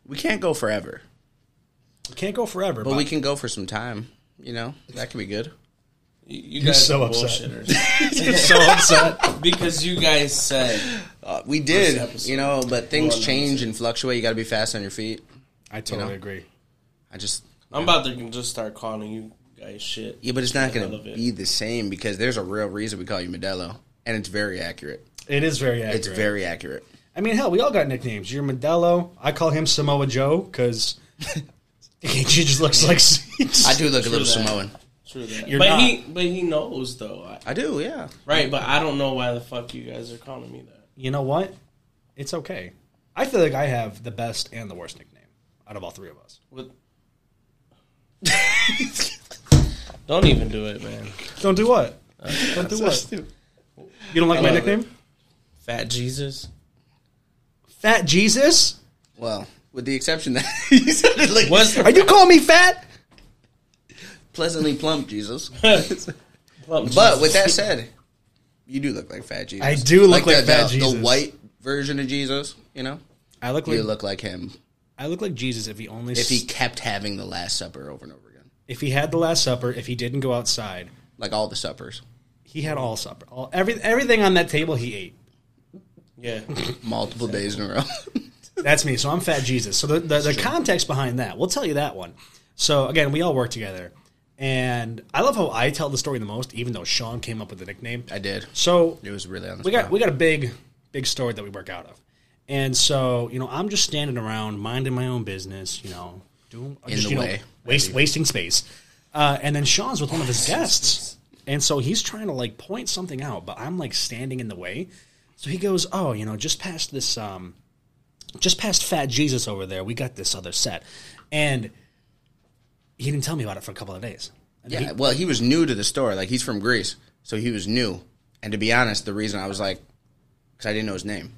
Speaker 2: We can't go forever,
Speaker 1: We can't go forever, but,
Speaker 2: but we can go for some time. You know, that could be good.
Speaker 3: You, you guys
Speaker 1: so
Speaker 3: are
Speaker 1: upset.
Speaker 3: bullshitters.
Speaker 1: get so upset.
Speaker 3: because you guys said
Speaker 2: Uh, we did,
Speaker 3: episode.
Speaker 2: you know, but things
Speaker 3: Well, no,
Speaker 2: change and fluctuate. You got to be fast on your feet.
Speaker 1: I totally
Speaker 2: You know?
Speaker 1: agree.
Speaker 2: I just
Speaker 3: I'm about to just start calling you guys shit.
Speaker 2: yeah, but it's not going to
Speaker 3: love it.
Speaker 2: be the same because there's a real reason we call you Modelo, and it's very accurate.
Speaker 1: It is very accurate.
Speaker 2: It's very accurate.
Speaker 1: I mean, hell, we all got nicknames. You're Modelo. I call him Samoa Joe because he just looks like.
Speaker 2: I do look a little
Speaker 3: that.
Speaker 2: Samoan.
Speaker 3: True that.
Speaker 1: You're
Speaker 3: but
Speaker 1: not.
Speaker 3: he but he knows though. I,
Speaker 2: I do, yeah.
Speaker 3: right, but I don't know why the fuck you guys are calling me that.
Speaker 1: you know what? It's okay. I feel like I have the best and the worst nickname out of all three of us.
Speaker 3: What? don't even do it, man.
Speaker 1: Don't do what? Don't do what? You don't like my
Speaker 3: love it.
Speaker 1: nickname?
Speaker 3: Fat Jesus.
Speaker 1: Fat Jesus?
Speaker 2: Well, with the exception that you said it like
Speaker 3: What's
Speaker 1: Are
Speaker 3: the
Speaker 1: you calling me fat?
Speaker 2: pleasantly plump Jesus.
Speaker 3: plump
Speaker 2: But with that said, you do look like fat Jesus.
Speaker 1: I do look like
Speaker 2: the,
Speaker 1: fat
Speaker 2: the,
Speaker 1: Jesus.
Speaker 2: The white version of Jesus, you know,
Speaker 1: I look like
Speaker 2: you look like him
Speaker 1: I look like Jesus if he only
Speaker 2: if he kept having the Last Supper over and over again,
Speaker 1: if he had the Last Supper, if he didn't go outside,
Speaker 2: like all the suppers,
Speaker 1: he had all supper, all every everything on that table he ate.
Speaker 3: Yeah.
Speaker 2: multiple days in a row.
Speaker 1: That's me. So I'm Fat Jesus. So the, the, the context behind that, we'll tell you that one. So again, we all work together. And I love how I tell the story the most, even though Sean came up with the nickname.
Speaker 2: I did.
Speaker 1: So
Speaker 2: It was really on the
Speaker 1: we got
Speaker 2: spot.
Speaker 1: we got a big big story that we work out of, and so you know I'm just standing around minding my own business, you know, doing in
Speaker 2: the way.
Speaker 1: waste, wasting space, uh, and then Sean's with one of his guests, and so he's trying to like point something out, but I'm like standing in the way, so he goes, oh, you know, just past this, um, just past Fat Jesus over there, we got this other set, and he didn't tell me about it for a couple of days. And
Speaker 2: Yeah, well, he was new to the store. Like he's from Greece, so he was new. And to be honest, the reason I was like, because I didn't know his name.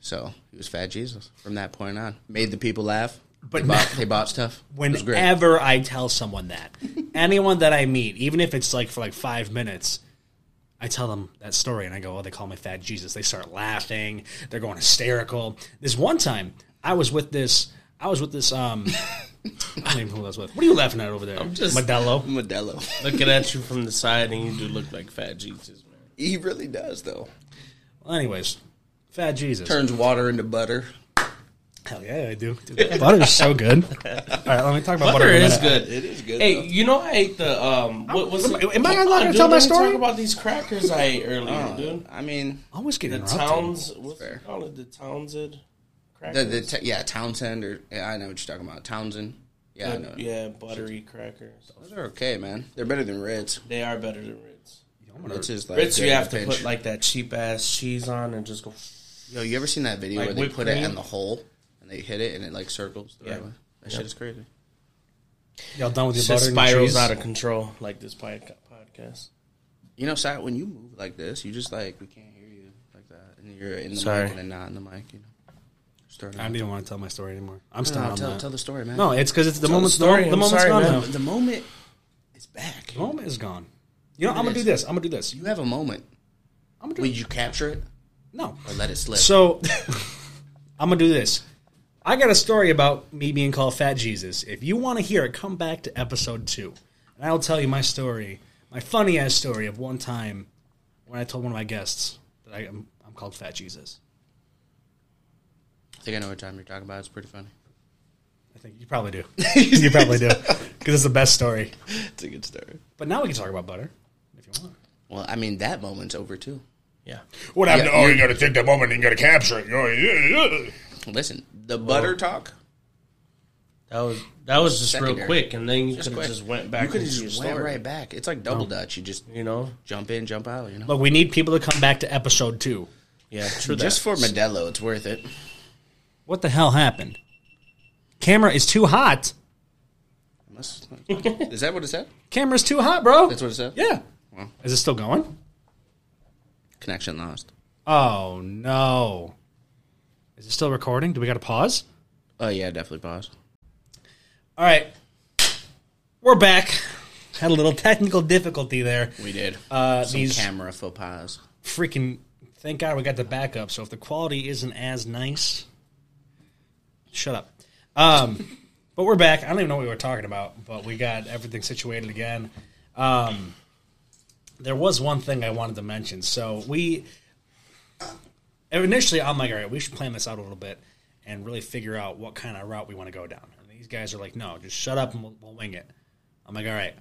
Speaker 2: So he was Fat Jesus from that point on. Made the people laugh. But
Speaker 1: But
Speaker 2: they bought, they bought stuff. it was great.
Speaker 1: whenever I tell someone that, anyone that I meet, even if it's like for like five minutes, I tell them that story and I go, oh, they call me Fat Jesus. They start laughing. They're going hysterical. This one time, I was with this. I was with this. Um, I don't even know who I was with. What are you laughing at over there? I'm
Speaker 3: just-
Speaker 1: Modelo.
Speaker 2: Modelo.
Speaker 3: Looking at you from the side, and you do look like Fat Jesus, man.
Speaker 2: He really does, though.
Speaker 1: Well, anyways, Fat Jesus.
Speaker 2: Turns water into butter.
Speaker 1: Hell yeah, I do. Dude, butter is so good. All right, let me talk about butter.
Speaker 3: Butter
Speaker 1: in a
Speaker 3: is
Speaker 1: minute.
Speaker 3: good.
Speaker 2: It is good,
Speaker 3: Hey,
Speaker 2: though.
Speaker 3: you know I ate the um. What was
Speaker 1: Am-
Speaker 3: it? Uh,
Speaker 1: am I allowed to
Speaker 3: Dude,
Speaker 1: tell my
Speaker 3: let me
Speaker 1: story? Uh,
Speaker 3: Talk about these crackers I ate earlier, dude.
Speaker 2: I mean,
Speaker 1: I always get
Speaker 3: The
Speaker 1: interrupted.
Speaker 3: Towns, what's
Speaker 2: fair.
Speaker 3: it called? The Townsend
Speaker 2: the,
Speaker 3: crackers.
Speaker 2: the t- yeah, Townsend or yeah, I know what you're talking about. Townsend. Yeah, I know.
Speaker 3: yeah, buttery crackers.
Speaker 2: Those are okay, man. They're better than Ritz.
Speaker 3: They are better than Ritz.
Speaker 2: Ritz is like
Speaker 3: Ritz, you
Speaker 2: good
Speaker 3: have to
Speaker 2: pinch.
Speaker 3: put like that cheap ass cheese on and just go.
Speaker 2: Yo, you ever seen that video
Speaker 3: like
Speaker 2: where they
Speaker 3: whipped
Speaker 2: put it
Speaker 3: cream?
Speaker 2: in the hole and they hit it and it like circles? The
Speaker 3: Yeah.
Speaker 2: right way? That shit is crazy.
Speaker 1: Y'all done with your
Speaker 3: Shit
Speaker 1: butter and your
Speaker 3: spirals
Speaker 1: cheese?
Speaker 3: out of control, like this pod- podcast.
Speaker 2: You know, Sat, when you move like this, you just like we can't hear you like that, and you're in the
Speaker 3: Sorry.
Speaker 2: mic and then not in the mic. You know, starting.
Speaker 1: I don't even want to tell my story anymore. I'm still
Speaker 2: no,
Speaker 1: on
Speaker 2: tell,
Speaker 1: that.
Speaker 2: tell the story, man.
Speaker 1: no, it's because it's the moment's
Speaker 3: the story.
Speaker 1: The,
Speaker 3: I'm
Speaker 1: moment's
Speaker 3: sorry,
Speaker 1: gone.
Speaker 3: man.
Speaker 1: now.
Speaker 2: the moment is back.
Speaker 3: Oh.
Speaker 1: The moment is gone. You know, I'm gonna do this. I'm gonna do this.
Speaker 2: You have a moment.
Speaker 1: I'm gonna
Speaker 2: Will
Speaker 1: do
Speaker 2: you capture it
Speaker 1: no.
Speaker 2: or let it slip?
Speaker 1: So I'm gonna do this. I got a story about me being called Fat Jesus. If you want to hear it, come back to episode two, and I'll tell you my story, my funny ass story of one time when I told one of my guests that I, am I'm called Fat Jesus.
Speaker 2: I think I know what time you're talking about. It's pretty funny.
Speaker 1: I think you probably do. you probably do because it's the best story.
Speaker 2: It's a good story.
Speaker 1: But now we can talk about butter if you want.
Speaker 2: Well, I mean, that moment's over too.
Speaker 3: Yeah,
Speaker 1: What happened?
Speaker 2: to- oh, you
Speaker 1: got to take that moment and you got to capture it.
Speaker 2: Listen, the butter talk.
Speaker 3: that was that was just real
Speaker 2: Secondary.
Speaker 3: quick, and then you could
Speaker 2: Just
Speaker 3: have
Speaker 2: quick.
Speaker 3: just went back
Speaker 2: You could
Speaker 3: into
Speaker 2: have
Speaker 3: your
Speaker 2: just went
Speaker 3: story. Oh.
Speaker 2: right back. It's like double dutch. You just
Speaker 3: You know,
Speaker 2: jump in, jump out. You know,
Speaker 1: Look, we need people to come back to episode two.
Speaker 3: yeah, true.
Speaker 2: just
Speaker 3: Just
Speaker 2: for Modelo, it's worth it.
Speaker 1: What the hell happened? Camera is too hot.
Speaker 2: Must- is that what it said?
Speaker 1: Camera's too hot, bro.
Speaker 2: That's what it said.
Speaker 1: Yeah. Is it still going?
Speaker 2: Connection lost.
Speaker 1: Oh no. Is it still recording? Do we got to pause?
Speaker 2: Oh yeah, definitely pause.
Speaker 1: All right. We're back. Had a little technical difficulty there.
Speaker 2: We did.
Speaker 1: Uh,
Speaker 2: Some
Speaker 1: these
Speaker 2: camera faux pas.
Speaker 1: freaking thank God we got the backup. So if the quality isn't as nice, shut up. Um, but we're back. I don't even know what we were talking about, but we got everything situated again. Um, there was one thing I wanted to mention. So we initially, I'm like, all right, we should plan this out a little bit and really figure out what kind of route we want to go down. And these guys are like, no, just shut up and we'll, we'll wing it. I'm like, all right.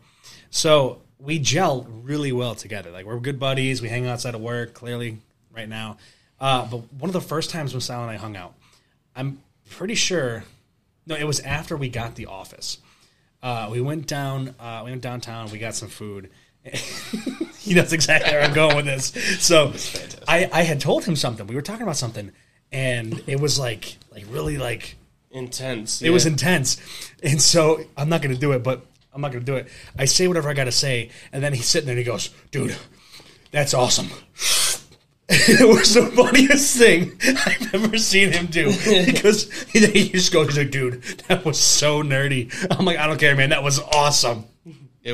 Speaker 1: So we gel really well together. Like we're good buddies. We hang outside of work clearly right now. Uh, but one of the first times when Sal and I hung out, I'm pretty sure. No, it was after we got the office. Uh, we went down. Uh, we went downtown. We got some food. he knows exactly where I'm going with this. So I, I had told him something. We were talking about something, and it was like like really like
Speaker 3: intense.
Speaker 1: it was intense. And so I'm not going to do it, but I'm not going to do it. I say whatever I got to say. And then he's sitting there and he goes, dude, that's awesome. it was the funniest thing I've ever seen him do because he he just goes, he's like, dude, that was so nerdy. I'm like, I don't care, man. That was awesome.
Speaker 3: It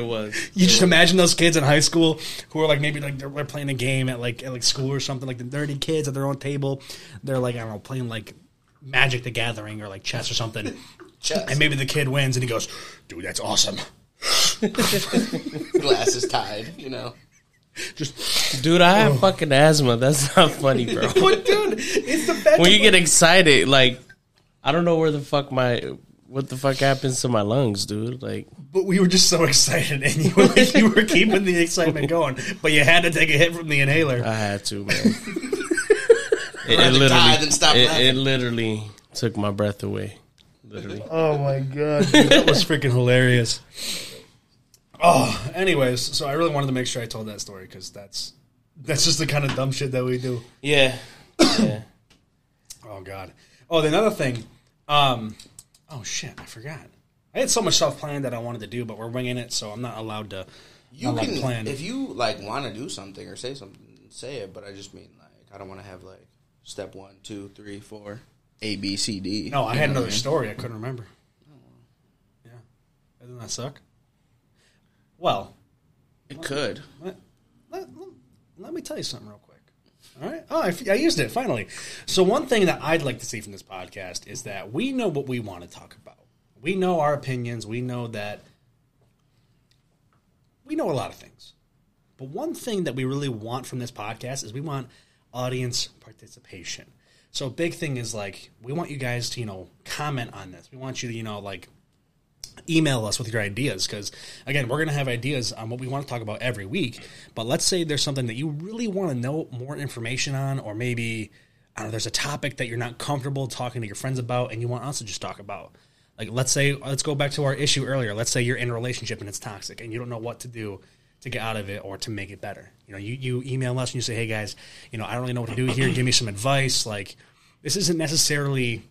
Speaker 3: was.
Speaker 1: You just imagine those kids in high school who are like maybe like they're, they're playing a game at like at like school or something like the nerdy kids at their own table. They're like I don't know playing like Magic the Gathering or like chess or something. And maybe the kid wins and he goes, "Dude, that's awesome."
Speaker 2: Glasses tied. You know.
Speaker 1: Just
Speaker 3: Dude, I
Speaker 2: Oh.
Speaker 3: have fucking asthma. That's not funny, bro.
Speaker 1: but dude, it's the best.
Speaker 3: when you get excited, like I don't know where the fuck my what the fuck happens to my lungs, dude. Like
Speaker 1: but we were just so excited, and you were, like, you were keeping the excitement going, but you had to take a hit from the inhaler.
Speaker 3: I had to, man. it, it
Speaker 2: Rather die than stop
Speaker 3: literally, it,
Speaker 2: laughing.
Speaker 3: it literally took my breath away. Literally,
Speaker 1: Oh my god, dude, that was freaking hilarious. Oh, anyways, so I really wanted to make sure I told that story because that's that's just the kind of dumb shit that we do.
Speaker 3: yeah, yeah.
Speaker 1: Oh god. Oh, the another thing. Um, oh shit, I forgot. I had so much stuff planned that I wanted to do, but we're winging it, so I'm not allowed to.
Speaker 2: You
Speaker 1: not allowed to
Speaker 2: can
Speaker 1: plan.
Speaker 2: if you like want to do something or say something, say it. But I just mean like I don't want to have like step one, two, three, four, A, B, C, D.
Speaker 1: No, I
Speaker 2: You
Speaker 1: had
Speaker 2: know what
Speaker 1: another story. I couldn't remember. Yeah, doesn't that suck? Well,
Speaker 2: mean? It could.
Speaker 1: let, let, let me tell you something real quick. All right. Oh, I, f- I used it finally. So one thing that I'd like to see from this podcast is that we know what we want to talk about. We know our opinions. We know that we know a lot of things. But one thing that we really want from this podcast is we want audience participation. So a big thing is like we want you guys to, you know, comment on this. We want you to, you know, like email us with your ideas because again we're going to have ideas on what we want to talk about every week but let's say there's something that you really want to know more information on or maybe i don't know there's a topic that you're not comfortable talking to your friends about and you want us to just talk about like let's say let's go back to our issue earlier let's say you're in a relationship and it's toxic and you don't know what to do to get out of it or to make it better you know you, you email us and you say hey guys you know i don't really know what to do here give me some advice like this isn't necessarily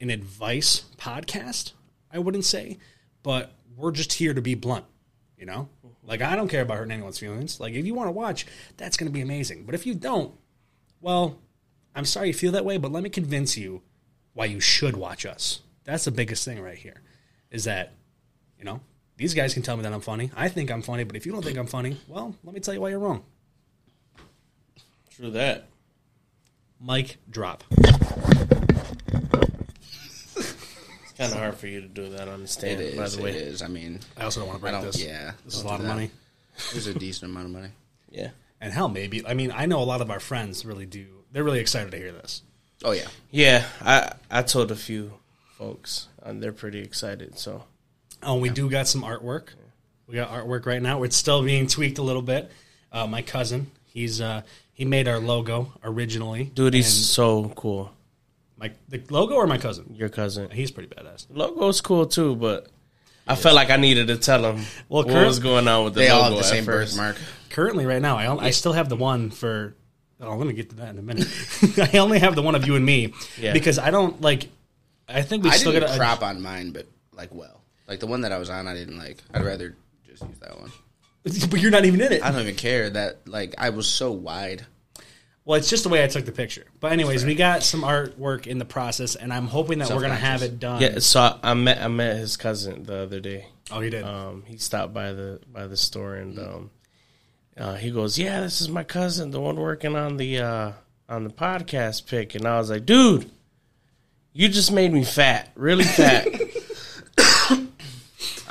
Speaker 1: an advice podcast i wouldn't say but we're just here to be blunt, you know? Like, I don't care about hurting anyone's feelings. Like, if you want to watch, that's going to be amazing. But if you don't, well, I'm sorry you feel that way, but let me convince you why you should watch us. That's the biggest thing right here is that, you know, these guys can tell me that I'm funny. I think I'm funny, but if you don't think I'm funny, well, let me tell you why you're wrong.
Speaker 3: True that.
Speaker 1: Mic drop.
Speaker 3: It's kind of hard for you to do that on the
Speaker 2: It
Speaker 3: stand.
Speaker 2: is.
Speaker 3: by the way,
Speaker 2: It is. I mean,
Speaker 1: I also don't want to
Speaker 2: I
Speaker 1: break
Speaker 2: don't.
Speaker 1: this.
Speaker 2: Yeah,
Speaker 1: This is a
Speaker 2: don't
Speaker 1: lot
Speaker 2: do
Speaker 1: of
Speaker 2: that.
Speaker 1: money.
Speaker 2: There's a decent amount of money.
Speaker 3: yeah,
Speaker 1: And hell, maybe. I mean, I know a lot of our friends really do. They're really excited to hear this.
Speaker 2: Oh yeah.
Speaker 3: yeah. I I told a few folks, and they're pretty excited. So
Speaker 1: Oh, we do got some artwork. We got artwork right now. It's still being tweaked a little bit. Uh, my cousin, he's uh, he made our logo originally.
Speaker 3: dude, he's
Speaker 1: And
Speaker 3: so cool.
Speaker 1: my the logo or my cousin?
Speaker 3: Your cousin.
Speaker 1: He's pretty badass.
Speaker 3: Logo's cool too, but I felt like I needed to tell him
Speaker 1: Well,
Speaker 3: what
Speaker 1: current-
Speaker 3: was going on with the
Speaker 2: They
Speaker 3: logo
Speaker 2: all have the same
Speaker 3: at first.
Speaker 2: birthmark.
Speaker 1: Currently, right now, I on- I still have the one for. Oh, I'm gonna get to that in a minute. I only have the one of you and me
Speaker 3: Yeah.
Speaker 1: because I don't like. I think we
Speaker 2: I
Speaker 1: still
Speaker 2: didn't
Speaker 1: got
Speaker 2: crop on mine, but like well, like the one that I was on, I didn't like. I'd rather just use that one.
Speaker 1: but you're not even in it.
Speaker 2: I don't even care that like I was so wide.
Speaker 1: Well, it's just the way I took the picture. But anyways, we got some artwork in the process, and I'm hoping that we're gonna have it done.
Speaker 3: Yeah, so I, I met I met his cousin the other day.
Speaker 1: Oh, you did.
Speaker 3: Um, he stopped by the by the store and um, uh, he goes, "Yeah, this is my cousin, the one working on the uh, on the podcast pick." And I was like, "Dude, you just made me fat, really fat."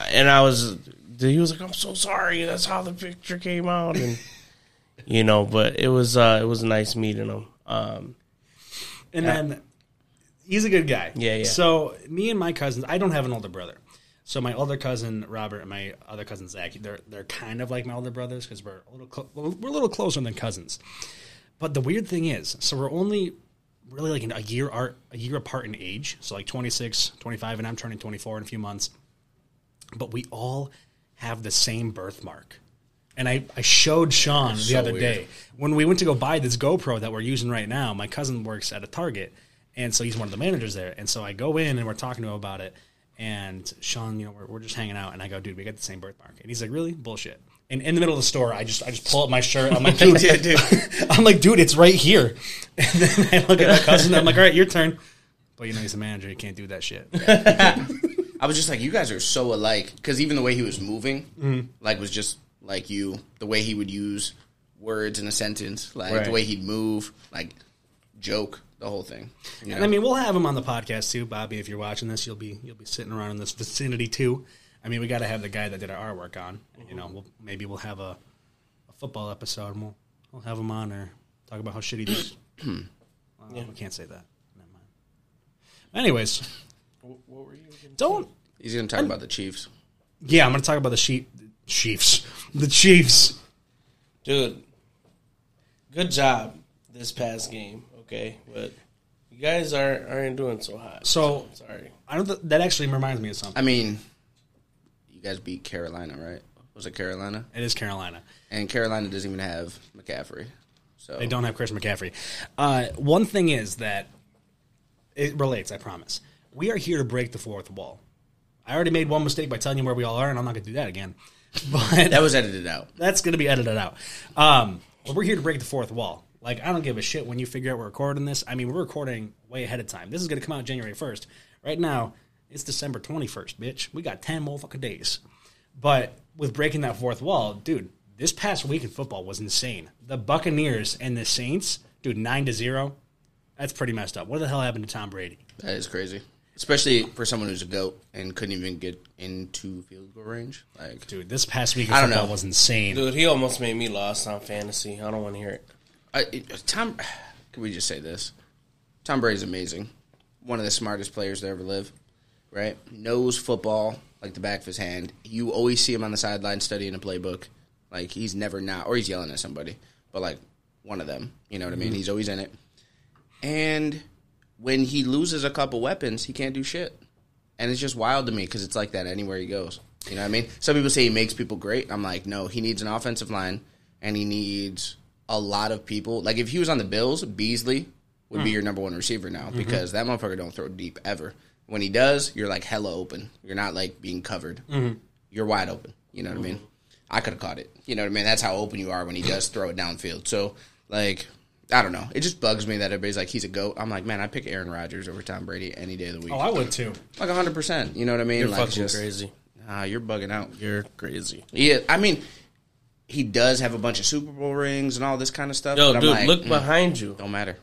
Speaker 3: and I was, he was like, "I'm so sorry. That's how the picture came out." And you know, but it was uh, it was nice meeting him. Um,
Speaker 1: And then he's a good guy.
Speaker 3: Yeah, yeah.
Speaker 1: So me and my cousins, I don't have an older brother. So my older cousin Robert and my other cousin Zach, they're they're kind of like my older brothers because we're a little clo- we're a little closer than cousins. But the weird thing is, so we're only really like a year art a year apart in age. So like 26, 25, and I'm turning 24 in a few months. But we all have the same birthmark. And I, I showed Sean the other
Speaker 2: weird.
Speaker 1: day when we went to go buy this GoPro that we're using right now. My cousin works at a Target, and so he's one of the managers there. And so I go in and we're talking to him about it. And Sean, you know, we're, we're just hanging out, and I go, dude, we got the same birthmark. And he's like, really? Bullshit. And in the middle of the store, I just I just pull up my shirt. I'm like, dude, I'm like, dude, it's right here. And then I look at my cousin. I'm like, all right, your turn. But you know, he's the manager. You can't do that shit.
Speaker 2: I was just like, you guys are so alike because even the way he was moving, like was just like you. The way he would use words in a sentence, like
Speaker 3: Right.
Speaker 2: the way he'd move, like joke, the whole thing. You
Speaker 1: And
Speaker 2: know?
Speaker 1: I mean, we'll have him on the podcast too, Bobby. If you're watching this, you'll be you'll be sitting around in this vicinity too. I mean, we got to have the guy that did our artwork on. You know, we'll, maybe we'll have a, a football episode. And we'll we'll have him on or talk about how shitty this. Well, We can't say that. Never mind. Anyways,
Speaker 3: what were you?
Speaker 1: don't.
Speaker 2: he's gonna talk about the Chiefs.
Speaker 1: Yeah, I'm going to talk about the sheep, Chiefs, the Chiefs.
Speaker 3: dude. Good job this past game, okay? But you guys aren't aren't doing so hot.
Speaker 1: So
Speaker 3: sorry.
Speaker 1: I don't. Th- that actually reminds me of something.
Speaker 2: I mean, you guys beat Carolina, right? Was it Carolina?
Speaker 1: It is Carolina.
Speaker 2: And Carolina doesn't even have McCaffrey, so
Speaker 1: They don't have Chris McCaffrey. Uh, one thing is that it relates, I promise. We are here to break the fourth wall. I already made one mistake by telling you where we all are, and I'm not going to do that again. But
Speaker 2: That was edited out.
Speaker 1: that's going to be edited out. Um, but we're here to break the fourth wall. Like, I don't give a shit when you figure out we're recording this. I mean, we're recording way ahead of time. This is going to come out January 1st. Right now, it's December 21st, bitch. We got 10 more fucking days. But with breaking that fourth wall, dude, This past week in football was insane. The Buccaneers and the Saints, dude, nine to zero. That's pretty messed up. What the hell happened to Tom Brady?
Speaker 2: That is crazy, especially for someone who's a goat and couldn't even get into field goal range. Like,
Speaker 1: Dude, this past week in
Speaker 2: I don't
Speaker 1: football
Speaker 2: know.
Speaker 1: was insane.
Speaker 3: Dude, he almost made me lost on fantasy. I don't want to hear it.
Speaker 2: I, it- Tom, can we just say this? Tom Brady's amazing. One of the smartest players to ever live. Right? Knows football like the back of his hand. You always see him on the sideline studying a playbook. Like he's never not, or he's yelling at somebody. But like one of them, you know what I mean? He's always in it. And when he loses a couple weapons, he can't do shit. And it's just wild to me because it's like that anywhere he goes. You know what I mean? Some people say he makes people great. I'm like, no, he needs an offensive line and he needs a lot of people. Like if he was on the Bills, Beasley would
Speaker 1: Hmm.
Speaker 2: be your number one receiver now
Speaker 1: Mm-hmm.
Speaker 2: because that motherfucker don't throw deep ever. When he does, you're like hella open. You're not like being covered.
Speaker 1: Mm-hmm.
Speaker 2: You're wide open. You know what I mean? I could have caught it. You know what I mean? That's how open you are when he does throw it downfield. So like I don't know. It just bugs me that everybody's like he's a goat. I'm like, man, I pick Aaron Rodgers over Tom Brady any day of the week.
Speaker 1: Oh, I would too.
Speaker 2: Like 100. percent You know what I mean?
Speaker 3: You're
Speaker 2: like
Speaker 3: fucking
Speaker 2: just-
Speaker 3: crazy.
Speaker 2: Nah, you're bugging out.
Speaker 3: You're crazy.
Speaker 2: Yeah, I mean, he does have a bunch of Super Bowl rings and all this kind of stuff.
Speaker 3: Yo,
Speaker 2: but
Speaker 3: dude,
Speaker 2: I'm like,
Speaker 3: look
Speaker 2: mm,
Speaker 3: behind you.
Speaker 2: Don't matter.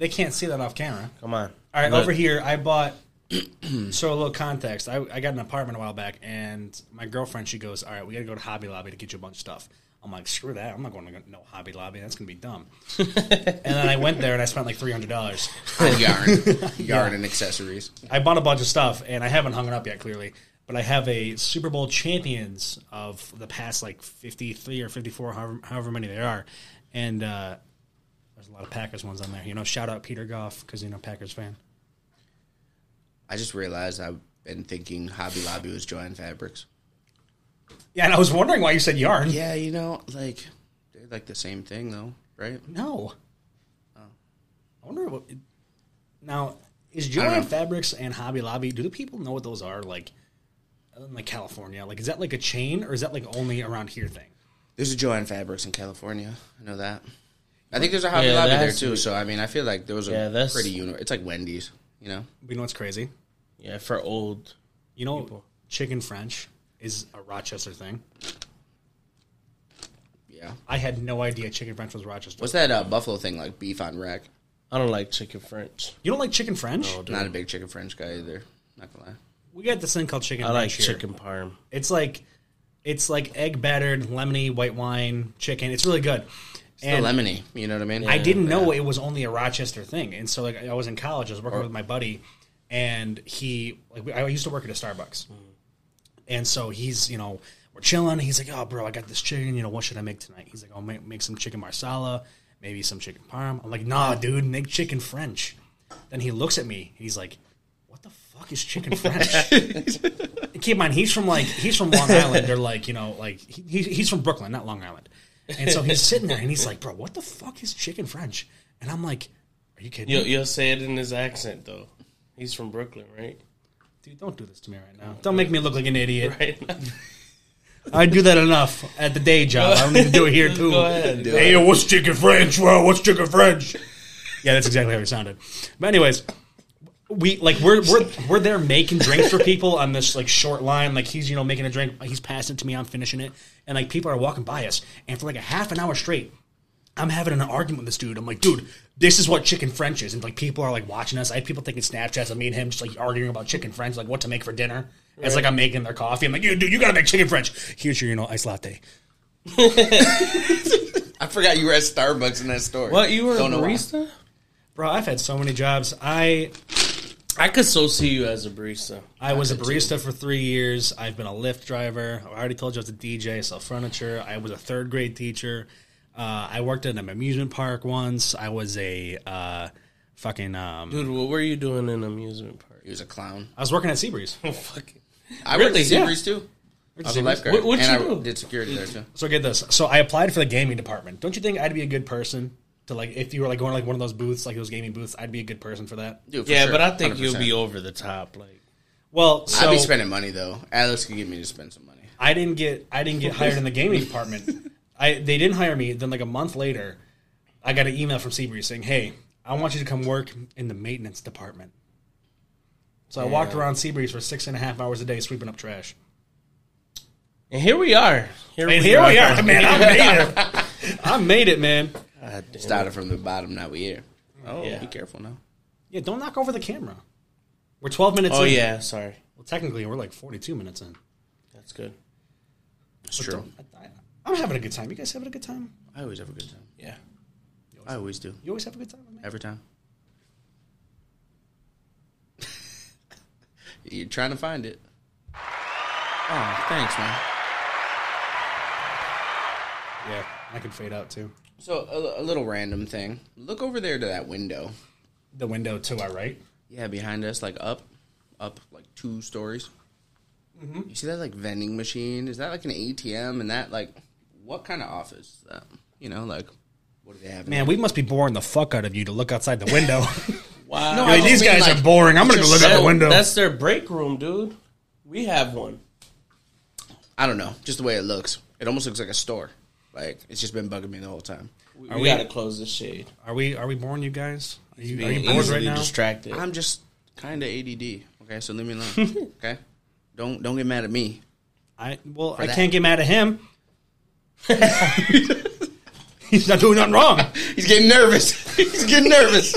Speaker 1: They can't see that off camera.
Speaker 3: Come on.
Speaker 1: All right,
Speaker 3: Look.
Speaker 1: over here, I bought. so a little context. I, I got an apartment a while back, and my girlfriend she goes, "All right, we got to go to Hobby Lobby to get you a bunch of stuff." I'm like, "Screw that! I'm not going to no Hobby Lobby. That's going to be dumb." and then I went there and I spent like three hundred dollars.
Speaker 2: On yarn, yarn and accessories.
Speaker 1: I bought a bunch of stuff, and I haven't hung it up yet, clearly. But I have a Super Bowl champions of the past like fifty three or fifty four, however, however many there are, and uh, there's a lot of Packers ones on there. You know, shout out Peter Goff because you know Packers fan.
Speaker 2: I just realized I've been thinking Hobby Lobby was Joanne Fabrics.
Speaker 1: Yeah, and I was wondering why you said yarn.
Speaker 2: Yeah, you know, like they're like the same thing though, right?
Speaker 1: No. Oh. I wonder what. Now, is
Speaker 2: don't
Speaker 1: Joann
Speaker 2: know.
Speaker 1: Fabrics and Hobby Lobby, do the people know what those are? Like, other than, like California? Like, is that like a chain or is that like only around here thing?
Speaker 2: There's a Joanne Fabrics in California. I know that. I think there's a Hobby
Speaker 3: Yeah,
Speaker 2: Lobby
Speaker 3: that
Speaker 2: there
Speaker 3: has to
Speaker 2: too.
Speaker 3: be-
Speaker 2: So I mean, I feel like those are
Speaker 3: Yeah, that's-
Speaker 2: pretty universal. It's like Wendy's, you know.
Speaker 1: You know what's crazy?
Speaker 3: Yeah, for old.
Speaker 1: You know, chicken French is a Rochester thing.
Speaker 2: Yeah.
Speaker 1: I had no idea chicken French was Rochester.
Speaker 2: What's that uh, buffalo thing like? Beef on rack.
Speaker 3: I don't like chicken French.
Speaker 1: You don't like chicken French?
Speaker 3: No, dude.
Speaker 2: Not a big chicken French guy either. Not gonna lie.
Speaker 1: We got this thing called chicken
Speaker 3: I like
Speaker 1: French here.
Speaker 3: chicken parm.
Speaker 1: It's like, it's like egg battered, lemony, white wine, chicken. It's really good.
Speaker 2: It's the lemony. You know what I mean?
Speaker 1: I didn't know it was only a Rochester thing. And so, like, I was in college. I was working with my buddy, and he, like, we- I used to work at a Starbucks, and so he's, you know, we're chilling. He's like, "Oh, bro, I got this chicken. You know, what should I make tonight?" He's like, "I'll make, make some chicken marsala, maybe some chicken parm." I'm like, "Nah, dude, make chicken French." Then he looks at me. And he's like, "What the fuck is chicken French?" keep in mind he's from like he's from Long Island or like you know like he, he- he's from Brooklyn, not Long Island. And so he's sitting there and he's like, "Bro, what the fuck is chicken French?" And I'm like, "Are you kidding
Speaker 3: You'll,
Speaker 1: me,
Speaker 3: you'll say it in his accent, though. He's from Brooklyn, right?
Speaker 1: dude? Don't do this to me right now. Don't make me look like an idiot.
Speaker 3: Right?
Speaker 1: I do that enough at the day job. I don't need to do it here too.
Speaker 3: Go ahead.
Speaker 1: Hey, what's chicken French? Well, what's chicken French? Yeah, that's exactly how it sounded. But anyways, we like we're we're we're there making drinks for people on this like short line. Like he's you know making a drink, he's passing it to me, I'm finishing it, and like people are walking by us, and for like a half an hour straight. I'm having an argument with this dude. I'm like, dude, this is what chicken French is, and like people are like watching us. I had people taking Snapchats of me and him, just like arguing about chicken French, like what to make for dinner. It's like I'm making their coffee. I'm like, you dude, you gotta make chicken French. Here's your, you know, iced latte.
Speaker 2: I forgot you were at Starbucks in that store.
Speaker 3: What, you were a
Speaker 2: Don't know why.
Speaker 3: barista?
Speaker 1: Bro, I've had so many jobs. I
Speaker 3: I could so see you as a barista.
Speaker 1: I was a barista for three years. I've been a Lyft driver. I already told you I was a DJ, I sell furniture. I was a third grade teacher. Uh, I worked at an amusement park once. I was a uh, fucking. Um,
Speaker 3: Dude, what were you doing in an amusement park?
Speaker 2: He was a clown.
Speaker 1: I was working at Seabreeze.
Speaker 3: Fucking.
Speaker 2: I
Speaker 3: Really?
Speaker 2: worked at Seabreeze too. I was a
Speaker 1: Seabreeze?
Speaker 2: lifeguard.
Speaker 3: What- what'd
Speaker 2: and
Speaker 3: you
Speaker 2: I
Speaker 3: do?
Speaker 2: did security there too.
Speaker 1: So get this. So I applied for the gaming department. Don't you think I'd be a good person to like if you were like going to like one of those booths, like those gaming booths? I'd be a good person for that.
Speaker 2: Dude, for
Speaker 3: Yeah,
Speaker 2: sure,
Speaker 3: but I think you'll
Speaker 2: 100%.
Speaker 3: be over the top. Like,
Speaker 1: Well, so
Speaker 2: I'd be spending money though. Alex could get me to spend some money.
Speaker 1: I didn't get I didn't get hired in the gaming department. I they didn't hire me. Then like a month later, I got an email from Seabreeze saying, "Hey, I want you to come work in the maintenance department." So I walked around Seabreeze for six and a half hours a day sweeping up trash.
Speaker 3: and here we are. Here
Speaker 1: And here we are, man. I made it. I made it, man.
Speaker 3: God damn.
Speaker 2: Started from the bottom, now we here. Oh,
Speaker 3: Yeah.
Speaker 2: be careful now.
Speaker 1: Yeah, don't knock over the camera. We're 12 minutes
Speaker 3: Oh
Speaker 1: in.
Speaker 3: yeah, sorry.
Speaker 1: Well, technically, we're like 42 minutes in.
Speaker 3: That's good.
Speaker 2: It's true.
Speaker 1: I, I'm having a good time. You guys having a good time?
Speaker 2: I always have a good time.
Speaker 3: Yeah.
Speaker 2: I always do.
Speaker 1: You always have a good time with me?
Speaker 2: Every time. You're trying to find it. Oh, thanks, man.
Speaker 1: Yeah, I could fade out too.
Speaker 2: So, a, a little random thing. Look over there to that window.
Speaker 1: The window to our right.
Speaker 2: Yeah, behind us, like up, up like two stories.
Speaker 1: Mm-hmm.
Speaker 2: You see that like vending machine? Is that like an ATM? And that like, what kind of office is that? You know, like, what do they have? in
Speaker 1: Man, we must be boring the fuck out of you to look outside the window.
Speaker 3: Wow.
Speaker 2: No,
Speaker 1: Yo,
Speaker 2: I just
Speaker 1: these
Speaker 2: mean,
Speaker 1: guys
Speaker 2: like,
Speaker 1: are boring. I'm gonna go look out the window.
Speaker 3: That's their break room, dude. We have one.
Speaker 2: I don't know. Just the way it looks. It almost looks like a store. Like it's just been bugging me the whole time.
Speaker 3: We,
Speaker 1: Are
Speaker 3: we
Speaker 1: we-
Speaker 3: gotta close this shade.
Speaker 1: Are we are we boring you guys? Are you, are you
Speaker 3: Being
Speaker 1: bored
Speaker 3: easily
Speaker 1: right now?
Speaker 3: distracted.
Speaker 2: I'm just kind of ADD. Okay, so leave me alone. okay, don't don't get mad at me.
Speaker 1: I well, I
Speaker 2: that.
Speaker 1: can't get mad at him. He's not doing nothing wrong.
Speaker 2: He's getting nervous. He's getting nervous.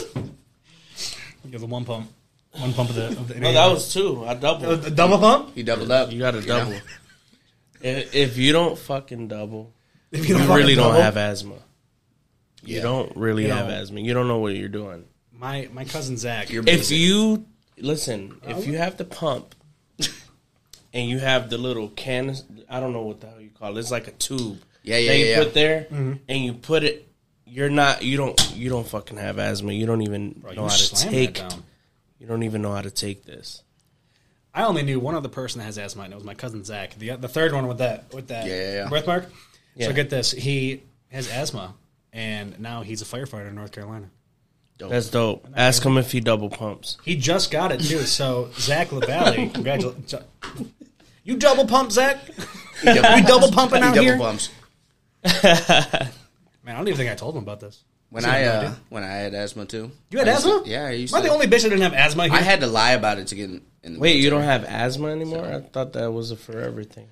Speaker 1: You're the one pump, one pump of the. Of the
Speaker 3: no, Oh, that was two. I doubled.
Speaker 1: a double pump.
Speaker 2: He doubled up.
Speaker 3: You got to
Speaker 2: know?
Speaker 3: double. if, if you don't fucking double,
Speaker 1: If
Speaker 3: you
Speaker 1: fucking
Speaker 3: really don't
Speaker 1: double-
Speaker 3: have asthma. You
Speaker 2: Yeah.
Speaker 3: don't really
Speaker 1: You
Speaker 3: have
Speaker 1: don't.
Speaker 3: asthma. You don't know what you're doing.
Speaker 1: My my cousin Zach.
Speaker 2: You're
Speaker 3: If
Speaker 2: basic.
Speaker 3: you listen, if you have the pump and you have the little can, I don't know what the hell you call it. It's like a tube.
Speaker 2: Yeah, yeah,
Speaker 3: that you
Speaker 2: yeah, yeah.
Speaker 3: Put there and you put it. You're not. You don't. You don't fucking have asthma. You don't even
Speaker 1: Bro, you
Speaker 3: know how to
Speaker 1: slammed that
Speaker 3: take.
Speaker 1: down.
Speaker 3: You don't even know how to take this.
Speaker 1: I only knew one other person that has asthma, and it was my cousin Zach. The the third one with that with that
Speaker 2: Yeah, yeah, yeah.
Speaker 1: breath mark.
Speaker 3: Yeah.
Speaker 1: So get this, he has asthma, and now he's a firefighter in North Carolina.
Speaker 3: That's dope. Ask him if he double pumps.
Speaker 1: He just got it too. So Zach LaValle, congratulations. You double pump, Zach.
Speaker 2: He double,
Speaker 1: We double pumping
Speaker 2: he
Speaker 1: out
Speaker 2: double
Speaker 1: here.
Speaker 2: bumps.
Speaker 1: Man, I don't even think I told him about this.
Speaker 2: When
Speaker 1: So
Speaker 2: I
Speaker 1: no
Speaker 2: uh,
Speaker 1: idea.
Speaker 2: when I had asthma too.
Speaker 1: you had
Speaker 2: I used to-
Speaker 1: asthma?
Speaker 2: yeah, I used
Speaker 1: Am I the
Speaker 2: to-
Speaker 1: only bitch that didn't have asthma? Here?
Speaker 2: I had to lie about it to get in. in the
Speaker 3: Wait, you
Speaker 2: military.
Speaker 3: don't have asthma anymore? I thought that was a forever thing.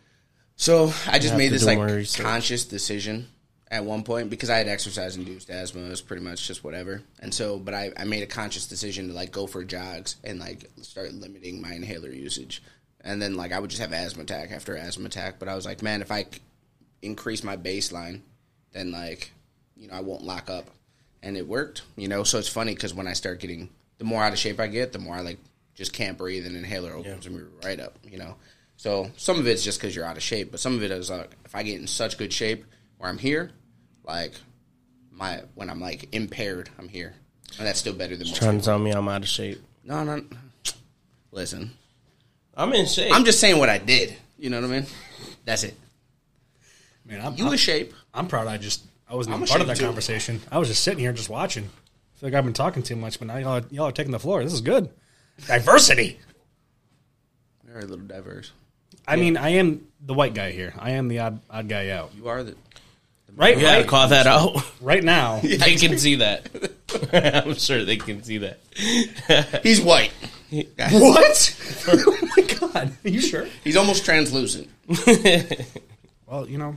Speaker 2: So I just
Speaker 3: have
Speaker 2: made
Speaker 3: to
Speaker 2: this
Speaker 3: do
Speaker 2: like
Speaker 3: more research.
Speaker 2: conscious decision at one point because I had exercise induced asthma. It was pretty much just whatever. And so, but I, I made a conscious decision to like go for jogs and like start limiting my inhaler usage. And then like I would just have asthma attack after asthma attack. But I was like, man, if I c- increase my baseline, then like, you know, I won't lock up. And it worked, you know. So it's funny because when I start getting, the more out of shape I get, the more I like just can't breathe, and inhaler opens me right up, you know. So some of it's just because you're out of shape, but some of it is like if I get in such good shape where I'm here, like my when I'm like impaired, I'm here, and that's still better than most.
Speaker 3: Trying to tell me I'm out of shape.
Speaker 2: No, no. no. Listen,
Speaker 3: I'm in shape.
Speaker 2: I'm just saying what I did. You know what I mean? That's it.
Speaker 1: Man, I'm,
Speaker 2: You
Speaker 1: I'm,
Speaker 2: in shape?
Speaker 1: I'm proud. I just I wasn't
Speaker 2: I'm
Speaker 1: even part of
Speaker 2: ashamed
Speaker 1: that
Speaker 2: too.
Speaker 1: conversation. I was just sitting here just watching. I feel like I've been talking too much, but now y'all are, y'all are taking the floor. This is good. Diversity.
Speaker 2: Very little diverse.
Speaker 1: I mean, I am the white guy here. I am the odd odd guy out.
Speaker 2: You are the.
Speaker 1: Right,
Speaker 3: you gotta
Speaker 1: right,
Speaker 3: call that out.
Speaker 1: right now.
Speaker 3: they can see that. I'm sure they can see that.
Speaker 2: He's white. Guys,
Speaker 1: What? oh my god! Are you sure?
Speaker 2: He's almost translucent.
Speaker 1: Well, you know,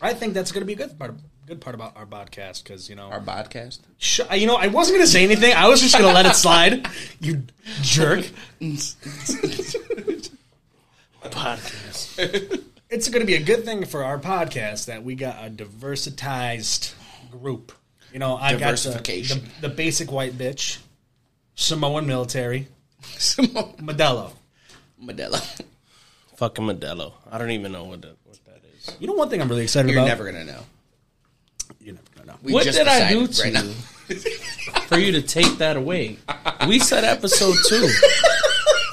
Speaker 1: I think that's going to be a good part. good part about our podcast because you know,
Speaker 2: Our podcast.
Speaker 1: sh- uh, you know, I wasn't going to say anything. I was just going to let it slide. You jerk!
Speaker 3: Podcast.
Speaker 1: It's going to be a good thing for our podcast that we got a diversitized group. You know, I got the,
Speaker 2: Diversification.
Speaker 1: the, the basic white bitch, Samoan military,
Speaker 2: Simone
Speaker 1: Modelo.
Speaker 2: Modelo.
Speaker 3: Fucking Modelo. I don't even know what that, what that is.
Speaker 1: You know, one thing I'm really excited
Speaker 2: You're
Speaker 1: about.
Speaker 2: never gonna know.
Speaker 1: you're never gonna know.
Speaker 2: We
Speaker 3: What did I do
Speaker 2: decided
Speaker 3: to you for you to take that away? We said episode two.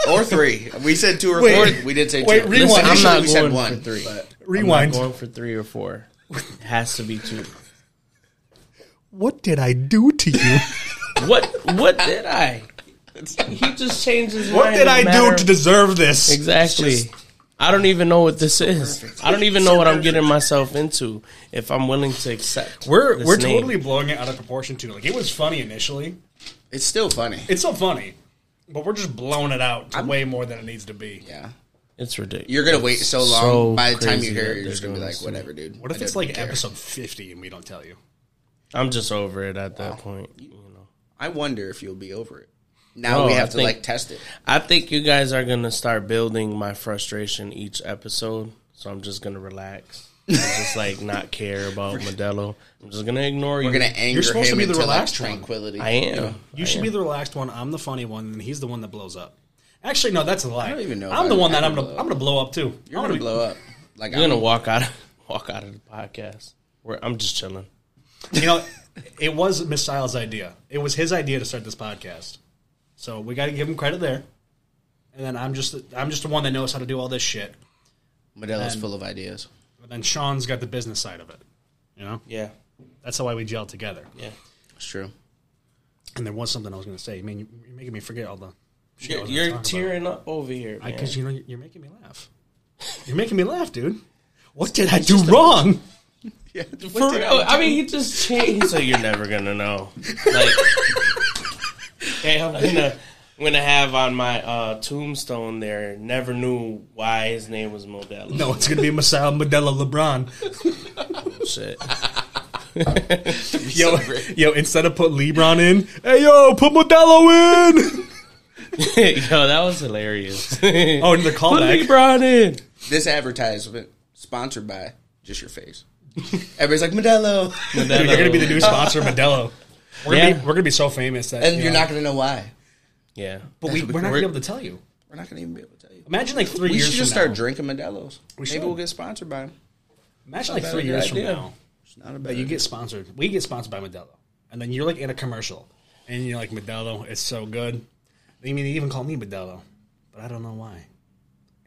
Speaker 2: or three. We said two or
Speaker 1: Wait.
Speaker 2: four. We did say
Speaker 1: Wait,
Speaker 2: two.
Speaker 1: rewind.
Speaker 2: Listen,
Speaker 1: I'm
Speaker 2: I'm
Speaker 1: not
Speaker 2: not we said
Speaker 3: going
Speaker 2: one.
Speaker 3: for three.
Speaker 2: but-
Speaker 1: Rewind.
Speaker 3: I'm not going for three or four. It has to be two.
Speaker 1: What did I do to you?
Speaker 3: What what did I? He just changed his
Speaker 1: what
Speaker 3: mind
Speaker 1: did
Speaker 3: no
Speaker 1: I do
Speaker 3: matter-
Speaker 1: to deserve this?
Speaker 3: Exactly. I don't even know what this is. I don't even know what I'm getting myself into if I'm willing to accept.
Speaker 1: We're
Speaker 3: this
Speaker 1: we're
Speaker 3: name.
Speaker 1: totally blowing it out of proportion too. Like it was funny initially.
Speaker 2: It's still funny.
Speaker 1: It's so funny, but we're just blowing it out to way more than it needs to be.
Speaker 2: Yeah.
Speaker 3: It's ridiculous.
Speaker 2: You're gonna wait so long.
Speaker 3: so
Speaker 2: By the time you
Speaker 3: crazy
Speaker 2: hear
Speaker 3: that
Speaker 2: it, you're just
Speaker 3: they're
Speaker 2: gonna be
Speaker 3: doing
Speaker 2: like,
Speaker 3: this.
Speaker 2: whatever, dude.
Speaker 1: What if
Speaker 2: I
Speaker 1: it's
Speaker 2: don't
Speaker 1: like
Speaker 2: care.
Speaker 1: episode 50 and we don't tell you?
Speaker 3: I'm just over it at that point. You know,
Speaker 2: I wonder if you'll be over it. Now
Speaker 3: No,
Speaker 2: we
Speaker 3: I
Speaker 2: have to
Speaker 3: think-
Speaker 2: like test it.
Speaker 3: I think you guys are gonna start building my frustration each episode, so I'm just gonna relax. and just like not care about Modelo. I'm just gonna ignore you.
Speaker 2: We're gonna anger
Speaker 1: supposed to
Speaker 2: him
Speaker 1: be the
Speaker 2: into like
Speaker 1: relaxed one.
Speaker 2: tranquility.
Speaker 3: I am.
Speaker 1: You should be the relaxed one. I'm the funny one, and he's the one that blows up. Actually, no, that's a lie. I
Speaker 2: don't even know if
Speaker 1: I'm the
Speaker 2: I-
Speaker 1: one
Speaker 2: I
Speaker 1: that
Speaker 2: would
Speaker 1: I'm gonna
Speaker 2: blow
Speaker 1: I'm gonna blow up too.
Speaker 2: You're
Speaker 1: I'm
Speaker 2: gonna
Speaker 1: gonna
Speaker 2: blow up. Like
Speaker 3: You're
Speaker 2: I'm
Speaker 3: gonna walk out. Walk out of the podcast. Where I'm just chilling.
Speaker 1: be- You know, it was Miss Siles' idea. It was his idea to start this podcast, so we got to give him credit there. And then I'm just I'm just the one that knows how to do all this shit.
Speaker 2: Modelo's full of ideas.
Speaker 1: And then Sean's got the business side of it. You know,
Speaker 3: Yeah.
Speaker 1: that's why we gel together.
Speaker 3: Yeah.
Speaker 2: It's true.
Speaker 1: And there was something I was gonna say. I mean, you- you're making me forget all the. shit I
Speaker 3: You're,
Speaker 1: was gonna
Speaker 3: you're
Speaker 1: talk about.
Speaker 3: tearing up over here. Man.
Speaker 1: because you know you're making me laugh. You're making me laugh, dude. What did I do wrong?
Speaker 2: Yeah.
Speaker 3: For real. I mean, he just changed. He's like, you're never gonna know. Like, hey, I'm gonna, I'm gonna have on my uh, tombstone there. Never knew why his name was Modelo.
Speaker 1: No, it's gonna be Masao Modelo LeBron.
Speaker 3: shit.
Speaker 1: Yo, yo, instead of put LeBron in, hey yo, put Modelo in.
Speaker 3: Yo, that was hilarious.
Speaker 1: Oh, and the
Speaker 3: Put
Speaker 1: callback.
Speaker 3: LeBron in.
Speaker 2: This advertisement sponsored by just your face. Everybody's like Modelo,
Speaker 1: Dude, you're gonna be the new sponsor, Modelo. We're gonna,
Speaker 3: Yeah.
Speaker 1: be, we're gonna be so famous that
Speaker 2: and
Speaker 1: you
Speaker 2: you're
Speaker 1: know,
Speaker 2: not gonna know why.
Speaker 3: Yeah.
Speaker 1: But we, we're not gonna be able to tell you.
Speaker 2: We're not gonna even be able to tell you.
Speaker 1: Imagine like three
Speaker 2: We
Speaker 1: years.
Speaker 2: should just
Speaker 1: from
Speaker 2: start
Speaker 1: now.
Speaker 2: drinking Modelo's. Maybe
Speaker 1: should.
Speaker 2: we'll get sponsored by them.
Speaker 1: Imagine like
Speaker 2: Not a
Speaker 1: three
Speaker 2: bad
Speaker 1: years
Speaker 2: idea.
Speaker 1: from now.
Speaker 2: It's not a bad.
Speaker 1: You get sponsored. We get sponsored by Modelo, and then you're like in a commercial, and you're like Modelo, it's so good. They mean they even call me Modelo, but I don't know why.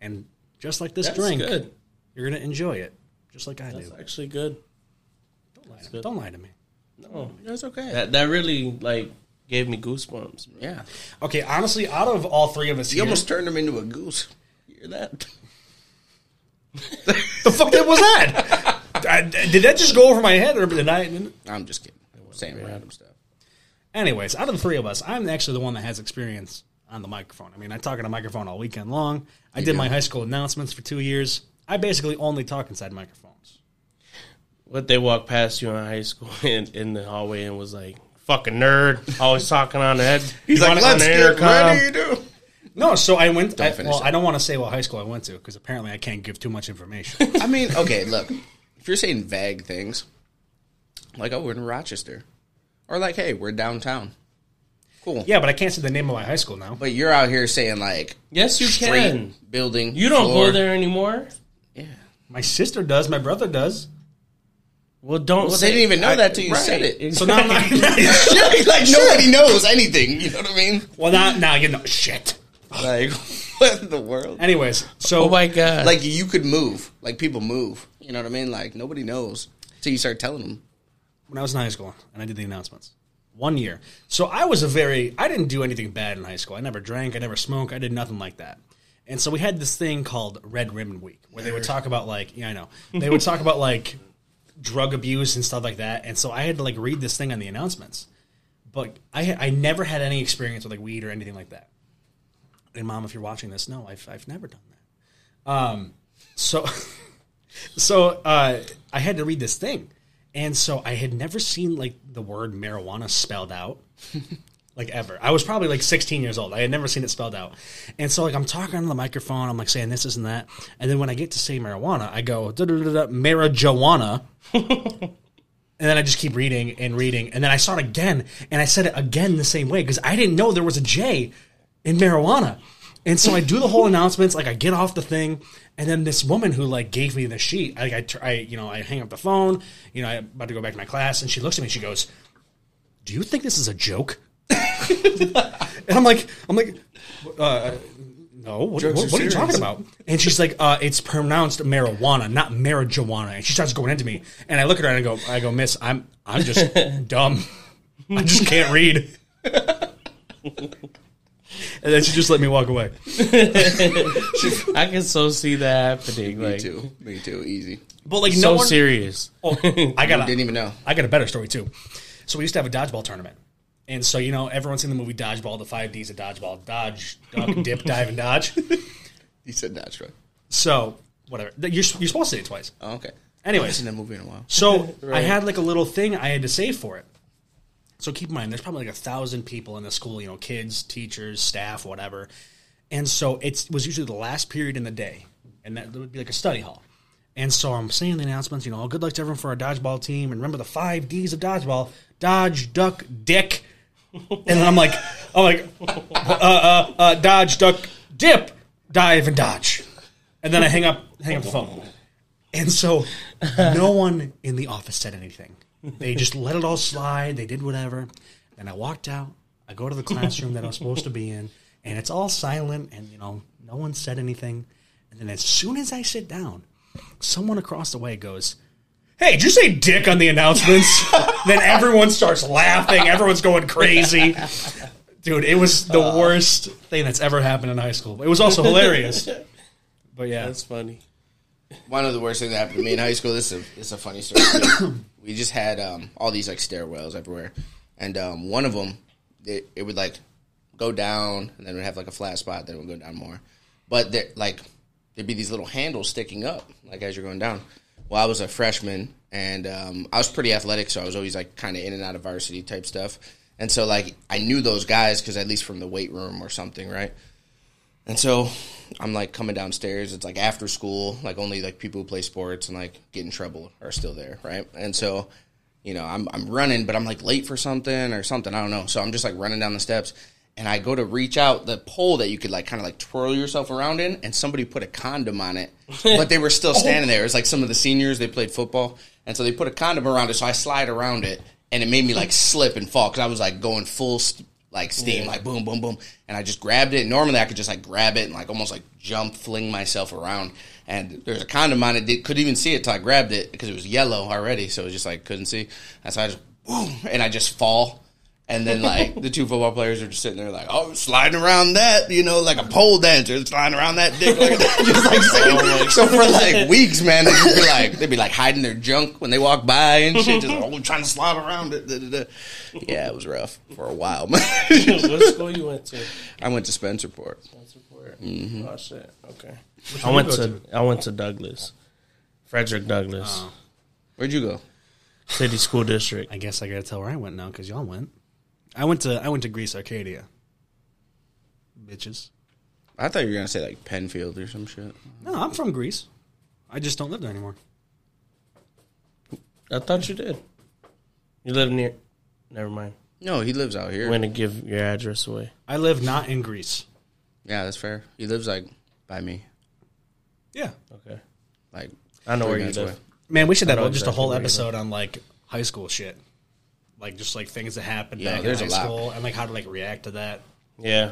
Speaker 1: And just like this
Speaker 3: That's
Speaker 1: drink,
Speaker 3: good.
Speaker 1: you're gonna enjoy it, just like I do.
Speaker 3: That's actually good.
Speaker 1: Don't lie, to me. Don't lie to me.
Speaker 3: No.
Speaker 2: That's okay.
Speaker 3: That, that really, like, gave me goosebumps.
Speaker 2: yeah.
Speaker 1: Okay, honestly, out of all three of us,
Speaker 2: You
Speaker 1: here,
Speaker 2: almost turned him into a goose. You hear that?
Speaker 1: the fuck that was that? I- did that just go over my head, or did I?
Speaker 2: I'm just kidding. Saying random stuff.
Speaker 1: Anyways, out of the three of us, I'm actually the one that has experience on the microphone. I mean, I talk on a microphone all weekend long. I did my high school announcements for two years. I basically only talk inside microphones.
Speaker 3: What they walked past you in high school in, in the hallway and was like, fucking nerd, always talking on the head.
Speaker 2: He's
Speaker 3: You
Speaker 2: like,
Speaker 3: want it on
Speaker 2: let's
Speaker 3: the
Speaker 2: get ready, dude.
Speaker 1: No, so I went. I,
Speaker 2: finish
Speaker 1: well,
Speaker 2: it.
Speaker 1: I don't want to say what high school I went to because apparently I can't give too much information.
Speaker 2: I mean, okay, look. If you're saying vague things, like, oh, we're in Rochester, or like, hey, we're downtown. Cool.
Speaker 1: yeah, but I can't say the name of my high school now.
Speaker 2: But you're out here saying, like,
Speaker 3: Yes, you
Speaker 2: street,
Speaker 3: can.
Speaker 2: building.
Speaker 3: You don't
Speaker 2: floor.
Speaker 3: go there anymore.
Speaker 2: Yeah.
Speaker 1: My sister does. My brother does.
Speaker 3: Well, don't.
Speaker 2: Well, they didn't even know that till you said it.
Speaker 1: So now, I'm not,
Speaker 2: Shit, like, nobody knows anything. You know what I mean?
Speaker 1: well, now, now you know shit.
Speaker 2: Like, what in the world?
Speaker 1: Anyways, so
Speaker 3: oh my god!
Speaker 2: Like, you could move. Like, people move. You know what I mean? Like, nobody knows till you start telling them.
Speaker 1: when I was in high school and I did the announcements. One year. So I was a very, I didn't do anything bad in high school. I never drank, I never smoked, I did nothing like that. And so we had this thing called Red Ribbon Week where they would talk about like, yeah, I know, they would talk about like drug abuse and stuff like that. And so I had to like read this thing on the announcements. But I, I never had any experience with like weed or anything like that. And mom, if you're watching this, no, I've, I've never done that. Um, So, so uh, I had to read this thing, and so I had never seen like the word marijuana spelled out, like ever. I was probably like 16 years old. I had never seen it spelled out, and so like I'm talking on the microphone, I'm like saying this isn't that, and then when I get to say marijuana, I go da da da da marijuana. And then I just keep reading and reading, and then I saw it again, and I said it again the same way because I didn't know there was a J in marijuana. And so I do the whole announcements, like I get off the thing, and then this woman who like gave me the sheet, like I, tr- I you know, I hang up the phone, you know, I'm about to go back to my class, and she looks at me, and she goes, "Do you think this is a joke?" and I'm like, I'm like, uh, no, what, what,
Speaker 2: Jokes are
Speaker 1: what are you
Speaker 2: serious.
Speaker 1: talking about? And she's like, uh, it's pronounced marijuana, not marijuana. And she starts going into me, and I look at her and I go, I go, Miss, I'm, I'm just dumb. I just can't read. And then she just let me walk away.
Speaker 3: I can so see that happening.
Speaker 2: Me
Speaker 3: Like,
Speaker 2: too. Me too. Easy.
Speaker 1: But like
Speaker 3: so
Speaker 1: no one,
Speaker 3: serious.
Speaker 1: Oh, I got
Speaker 2: Didn't
Speaker 1: a,
Speaker 2: even know.
Speaker 1: I got a better story too. So we used to have a dodgeball tournament, and so you know everyone's seen the movie Dodgeball, the five Ds of dodgeball: dodge, duck, dip, dive, and dodge.
Speaker 2: You said natural.
Speaker 1: So whatever. Th- You're, s- you're supposed to say it twice.
Speaker 2: Oh, okay. I haven't
Speaker 1: Anyways,
Speaker 2: seen that movie in a while.
Speaker 1: so I had like a little thing I had to save for it. So keep in mind, there's probably like a thousand people in the school, you know, kids, teachers, staff, whatever. And so it's, it was usually the last period in the day, and that would be like a study hall. And so I'm saying the announcements, you know, good luck to everyone for our dodgeball team, and remember the five D's of dodgeball: dodge, duck, dick. And then I'm like, I'm like, uh, uh, dodge, duck, dip, dive, and dodge. And then I hang up, hang up the phone. And so no one in the office said anything. They just let it all slide. They did whatever. Then I walked out. I go to the classroom that I was supposed to be in, and it's all silent, and you know, no one said anything. And then as soon as I sit down, someone across the way goes, Hey, did you say dick on the announcements? then everyone starts laughing. Everyone's going crazy. Dude, it was the worst thing that's ever happened in high school. It was also hilarious. But yeah.
Speaker 3: That's funny.
Speaker 2: One of the worst things that happened to me in high school. This is a, this is a funny story. too. we just had um, all these like stairwells everywhere, and um, one of them it, it would like go down, and then it would have like a flat spot, then it would go down more. But there, like there'd be these little handles sticking up, like as you're going down. Well, I was a freshman, and um, I was pretty athletic, so I was always like kind of in and out of varsity type stuff. And so like I knew those guys because at least from the weight room or something, right? And so I'm like coming downstairs. It's like after school, like only like people who play sports and like get in trouble are still there, right? And so, you know, I'm I'm running, but I'm like late for something or something. I don't know. So I'm just like running down the steps and I go to reach out the pole that you could like kind of like twirl yourself around in and somebody put a condom on it. But they were still standing there. It was like some of the seniors, they played football. And so they put a condom around it. So I slide around it and it made me like slip and fall because I was like going full st- like steam, like boom, boom, boom. And I just grabbed it. Normally, I could just like grab it and like almost like jump, fling myself around. And there's a condom on it. Did, couldn't even see it till I grabbed it because it was yellow already. So it was just like couldn't see. And so I just boom, and I just fall. And then like the two football players are just sitting there like, oh, sliding around that, you know, like a pole dancer sliding around that dick, like that. just like
Speaker 3: Oh
Speaker 2: saying- so for like weeks, man, they'd just be like they'd be like hiding their junk when they walk by and shit, just like, oh, trying to slide around it. da, da, da. Yeah, it was rough for a while. man.
Speaker 3: what school you went to?
Speaker 2: I went to Spencerport.
Speaker 3: That's important.
Speaker 2: Mm-hmm.
Speaker 3: Oh shit. Okay. I went
Speaker 1: you go
Speaker 3: to, I went to Douglas, Frederick Douglas
Speaker 2: Where'd you go?
Speaker 3: City School District.
Speaker 1: I guess I gotta tell where I went now because y'all went. I went to I went to Greece, Arcadia. Bitches.
Speaker 2: I thought you were gonna say like Penfield or some shit.
Speaker 1: No, I'm from Greece. I just don't live there anymore.
Speaker 3: I thought you did. You live near. Never mind.
Speaker 2: No, he lives out here.
Speaker 3: I'm gonna give your address away.
Speaker 1: I live not in Greece.
Speaker 2: yeah, that's fair. He lives like by me,
Speaker 1: Yeah,
Speaker 3: Okay.
Speaker 2: like
Speaker 3: I know
Speaker 2: three
Speaker 3: where you
Speaker 2: minutes
Speaker 3: live.
Speaker 2: away.
Speaker 1: man, we should have
Speaker 3: know
Speaker 1: just a whole
Speaker 3: exactly
Speaker 1: episode on like high school shit, like just like things that happened
Speaker 2: Yeah,
Speaker 1: back in
Speaker 2: there's
Speaker 1: high
Speaker 2: a lot.
Speaker 1: school and like how to like react to that.
Speaker 3: Yeah.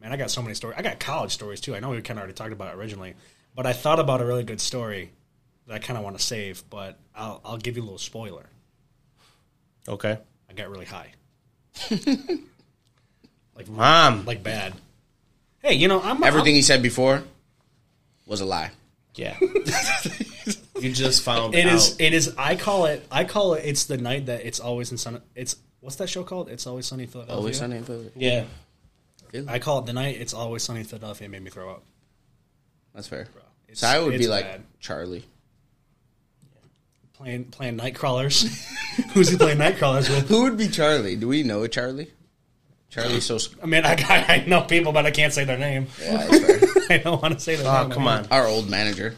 Speaker 1: Man, I got so many stories. I got college stories too. I know we kind of already talked about it originally, but I thought about a really good story that I kind of want to save, but I'll I'll give you a little spoiler.
Speaker 3: Okay.
Speaker 1: I got really high, like
Speaker 3: Mom.
Speaker 1: like bad. Hey, you know I'm
Speaker 2: Everything he said before was a lie.
Speaker 3: Yeah. you just found
Speaker 1: It
Speaker 3: out.
Speaker 1: is. It is. I call it. I call it. It's the night that it's always in sun. It's what's that show called? It's always sunny in Philadelphia.
Speaker 2: Always Sunday in Philadelphia.
Speaker 3: Oh, Yeah.
Speaker 1: I call it the night. It's always sunny in Philadelphia. It made me throw up.
Speaker 2: That's fair.
Speaker 1: It's-
Speaker 2: So I would be
Speaker 1: it's
Speaker 2: like
Speaker 1: bad.
Speaker 2: Charlie.
Speaker 1: playing playing night crawlers. Who's he playing night crawlers with?
Speaker 2: Who would be Charlie? Do we know a Charlie? Charlie's so. sp-
Speaker 1: I mean, I got, I know people, but I can't say their name.
Speaker 2: Yeah, that's fair.
Speaker 1: I don't want to say their
Speaker 3: Oh
Speaker 1: name.
Speaker 3: come on.
Speaker 2: Our old manager.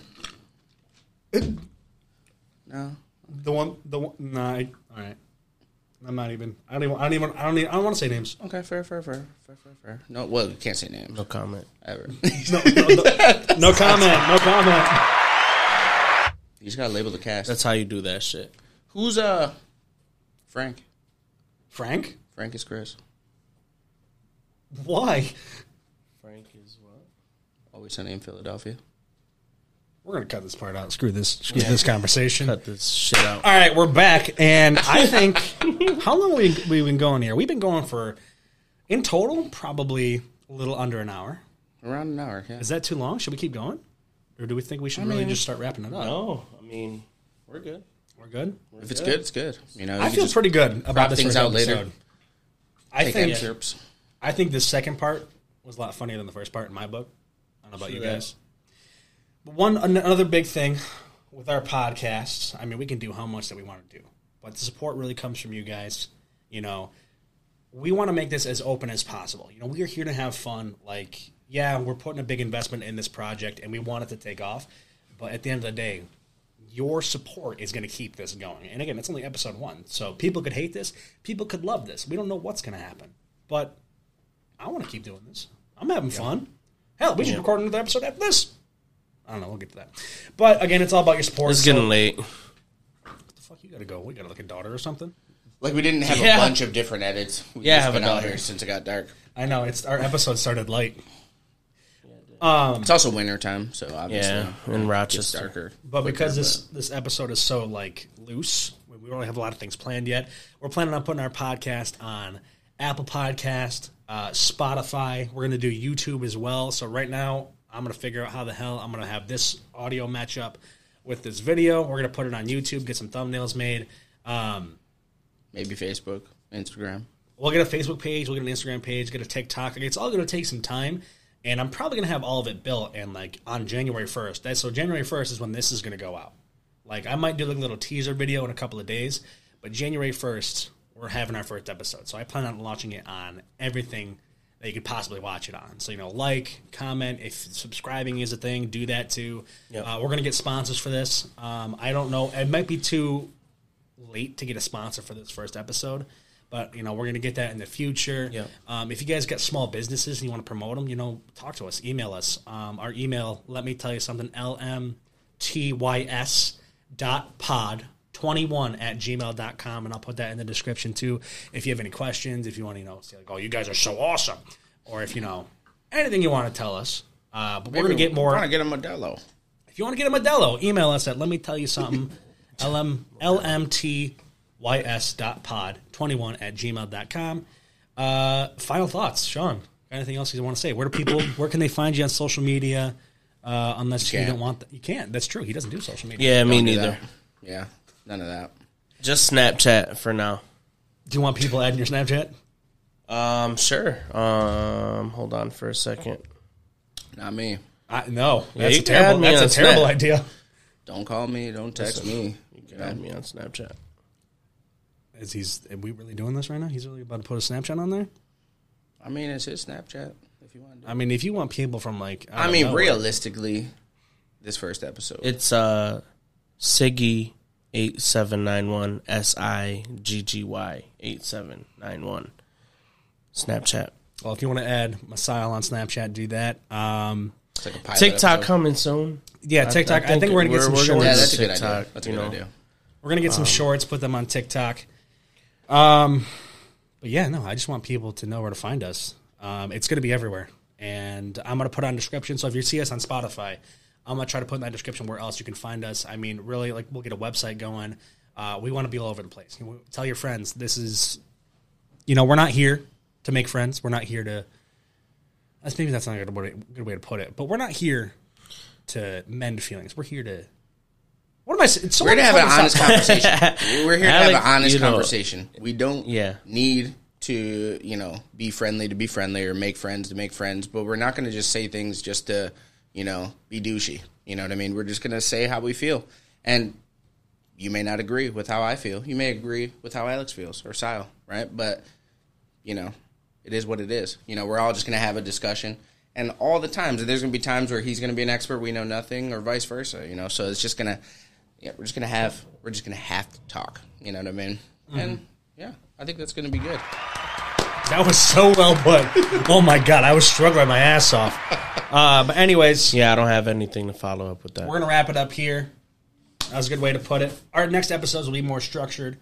Speaker 2: No.
Speaker 1: The one. The one. Nah. I, all right. I'm not even. I don't even. I don't even. I don't even. I don't want to say names.
Speaker 2: Okay, fair, fair, fair, fair, fair, fair. No, well, you can't say names
Speaker 3: No comment.
Speaker 2: ever.
Speaker 1: No, no, no, no comment. No comment.
Speaker 2: you just gotta label the cast.
Speaker 3: That's how you do that shit.
Speaker 2: Who's uh Frank?
Speaker 1: Frank.
Speaker 2: Frank is Chris.
Speaker 1: Why?
Speaker 3: Frank is what?
Speaker 2: Always sunny in Philadelphia.
Speaker 1: We're gonna cut this part out. Screw this. Screw this conversation.
Speaker 3: Cut this shit out.
Speaker 1: All right, we're back, and I think how long we we been going here? We've been going for in total probably a little under an hour.
Speaker 2: Around an hour, yeah.
Speaker 1: Is that too long? Should we keep going, or do we think we should really just start wrapping it up?
Speaker 3: No, Oh, I mean we're good.
Speaker 1: We're good.
Speaker 2: if it's good, it's good. You know,
Speaker 1: I feel pretty good about this
Speaker 2: things
Speaker 1: first
Speaker 2: out later.
Speaker 1: episode. I
Speaker 2: take
Speaker 1: think
Speaker 2: excerpts.
Speaker 1: I think this second part was a lot funnier than the first part in my book. I don't know about you
Speaker 3: that.
Speaker 1: guys. But One an- another big thing with our podcasts. I mean, we can do how much that we want to do, but the support really comes from you guys. You know, we want to make this as open as possible. You know, we are here to have fun. Like, yeah, we're putting a big investment in this project, and we want it to take off. But at the end of the day, your support is going to keep this going. And again, it's only episode one, so people could hate this, people could love this. We don't know what's going to happen, but I want to keep doing this. I'm having fun. Hell, we should record another episode after this. I don't know. We'll get to that. But again, it's all about your support.
Speaker 3: It's
Speaker 1: so-
Speaker 3: getting late.
Speaker 1: the fuck you gotta go. We got like a daughter or something.
Speaker 2: Like we didn't have
Speaker 3: Yeah.
Speaker 2: a bunch of different edits. We
Speaker 3: Yeah,
Speaker 2: just
Speaker 3: have a
Speaker 2: been out
Speaker 3: daughter.
Speaker 2: here since it got dark.
Speaker 1: I know. It's our episode started late,
Speaker 2: It's also winter time, so obviously
Speaker 3: Yeah, in
Speaker 2: it's
Speaker 3: Rochester.
Speaker 2: darker.
Speaker 1: but because this this episode is so like loose, we we don't have a lot of things planned yet. We're planning on putting our podcast on Apple Podcast, uh, Spotify. We're gonna do YouTube as well. So right now, I'm gonna figure out how the hell I'm gonna have this audio match up with this video. We're gonna put it on YouTube, get some thumbnails made. Um,
Speaker 2: Maybe Facebook, Instagram.
Speaker 1: We'll get a Facebook page. We'll get an Instagram page. Get a TikTok. Like, It's all going to take some time, and I'm probably going to have all of it built and like on January 1st. That's, so January 1st is when this is going to go out. Like I might do like a little teaser video in a couple of days, but January 1st we're having our first episode. So I plan on launching it on everything that you could possibly watch it on. So you know, like, comment. If subscribing is a thing, do that too. Uh, we're going to get sponsors for this. Um, I don't know. It might be too late to get a sponsor for this first episode. But you know we're gonna get that in the future.
Speaker 3: Yep.
Speaker 1: Um, if you guys got small businesses and you want to promote them, you know, talk to us, email us. Um, our email, let me tell you something, lmtys dot pod twenty one at gmail.com and I'll put that in the description too. If you have any questions, if you want to you know say like, oh, you guys are so awesome, or if you know anything you want to tell us. Uh, but we're gonna get more.
Speaker 2: I want to get a Modelo.
Speaker 1: If you want to get a Modelo, email us at let me tell you something. LM, LMTYS dot pod 21 at gmail.com. Uh, final thoughts, Sean. Anything else you want to say? Where do people, where can they find you on social media? Uh, unless you
Speaker 2: Can't.
Speaker 1: don't want that. You can't. That's true. He doesn't do social media.
Speaker 3: Yeah, me
Speaker 2: Do
Speaker 3: neither.
Speaker 2: that. Yeah, none of that.
Speaker 3: Just Snapchat for now.
Speaker 1: Do you want people adding your Snapchat?
Speaker 3: Um, sure. Um, hold on for a second.
Speaker 2: Not me.
Speaker 1: I, no. That's
Speaker 3: you
Speaker 1: a
Speaker 3: can add
Speaker 1: terrible,
Speaker 3: me on
Speaker 1: that's a terrible
Speaker 3: Snap.
Speaker 1: idea.
Speaker 2: Don't call me. Don't text me.
Speaker 3: You can add me on Snapchat.
Speaker 1: Is he's, are we really doing this right now? He's really about to put a Snapchat on there?
Speaker 2: I mean, it's his Snapchat. If you want to.
Speaker 1: I mean, if you want people from like,
Speaker 2: I
Speaker 1: don't
Speaker 2: mean,
Speaker 1: know,
Speaker 2: realistically, this first episode.
Speaker 3: It's uh, Siggy eight seven nine one S I G G Y eight seven nine one. Snapchat.
Speaker 1: Well, if you want to add Masile on Snapchat, do that. Um,
Speaker 2: it's like a pilot
Speaker 3: TikTok
Speaker 2: episode.
Speaker 3: coming soon.
Speaker 1: yeah, TikTok. I think, we're gonna get some shorts.
Speaker 2: Yeah,
Speaker 3: gonna
Speaker 2: that's
Speaker 3: do
Speaker 2: a good idea. That's a
Speaker 3: you
Speaker 2: good
Speaker 3: know.
Speaker 2: idea.
Speaker 1: We're gonna get
Speaker 2: Um,
Speaker 1: some shorts, put them on TikTok. Um, but yeah, no, I just want people to know where to find us. Um, it's gonna be everywhere, and I'm gonna put on description. So if you see us on Spotify, I'm gonna try to put in that description where else you can find us. I mean, really, like we'll get a website going. Uh, we want to be all over the place. You know, tell your friends this is, you know, we're not here to make friends. We're not here to. That's maybe that's not a good way, good way to put it, but we're not here to mend feelings. We're here to. What am I? saying?
Speaker 2: We're gonna have an honest conversation. We're here to have an
Speaker 3: Alex,
Speaker 2: honest
Speaker 3: you know-
Speaker 2: conversation. We don't
Speaker 3: Yeah.
Speaker 2: need to, you know, be friendly to be friendly or make friends to make friends, but we're not gonna just say things just to, you know, be douchey. You know what I mean? We're just gonna say how we feel. And you may not agree with how I feel. You may agree with how Alex feels or Sile, right? But you know, it is what it is. You know, we're all just going to have a discussion. And all the times, there's going to be times where he's going to be an expert, we know nothing, or vice versa. You know, so it's just going to, yeah, we're just going to have, we're just going to have to talk. You know what I mean? And yeah, I think that's going to be good.
Speaker 1: That was so well put. oh my god, I was struggling my ass off. Uh, but anyways,
Speaker 3: Yeah, I don't have anything to follow up with that.
Speaker 1: we're gonna wrap it up here. That was a good way to put it. Our next episodes will be more structured,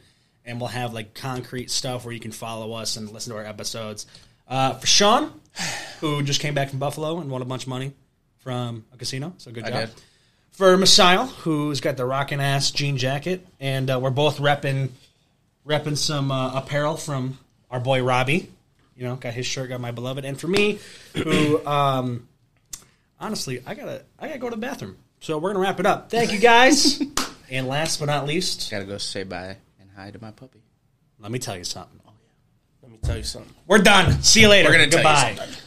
Speaker 1: and we'll have like concrete stuff where you can follow us and listen to our episodes. Uh, for Sean, who just came back from Buffalo and won a bunch of money from a casino, so good job.
Speaker 2: did.
Speaker 1: For Masile, who's got the rockin' ass jean jacket, and uh, we're both repping repping some uh, apparel from our boy Robbie. You know, got his shirt, got my beloved, and for me, who um, honestly, I gotta I gotta go to the bathroom. So we're gonna wrap it up. Thank you guys. and last but not least,
Speaker 2: Got to go say bye and hi to my puppy.
Speaker 1: let me tell you something.
Speaker 3: Let me tell you something.
Speaker 1: We're done. See you later.
Speaker 2: We're gonna tell you
Speaker 1: Goodbye.
Speaker 2: something.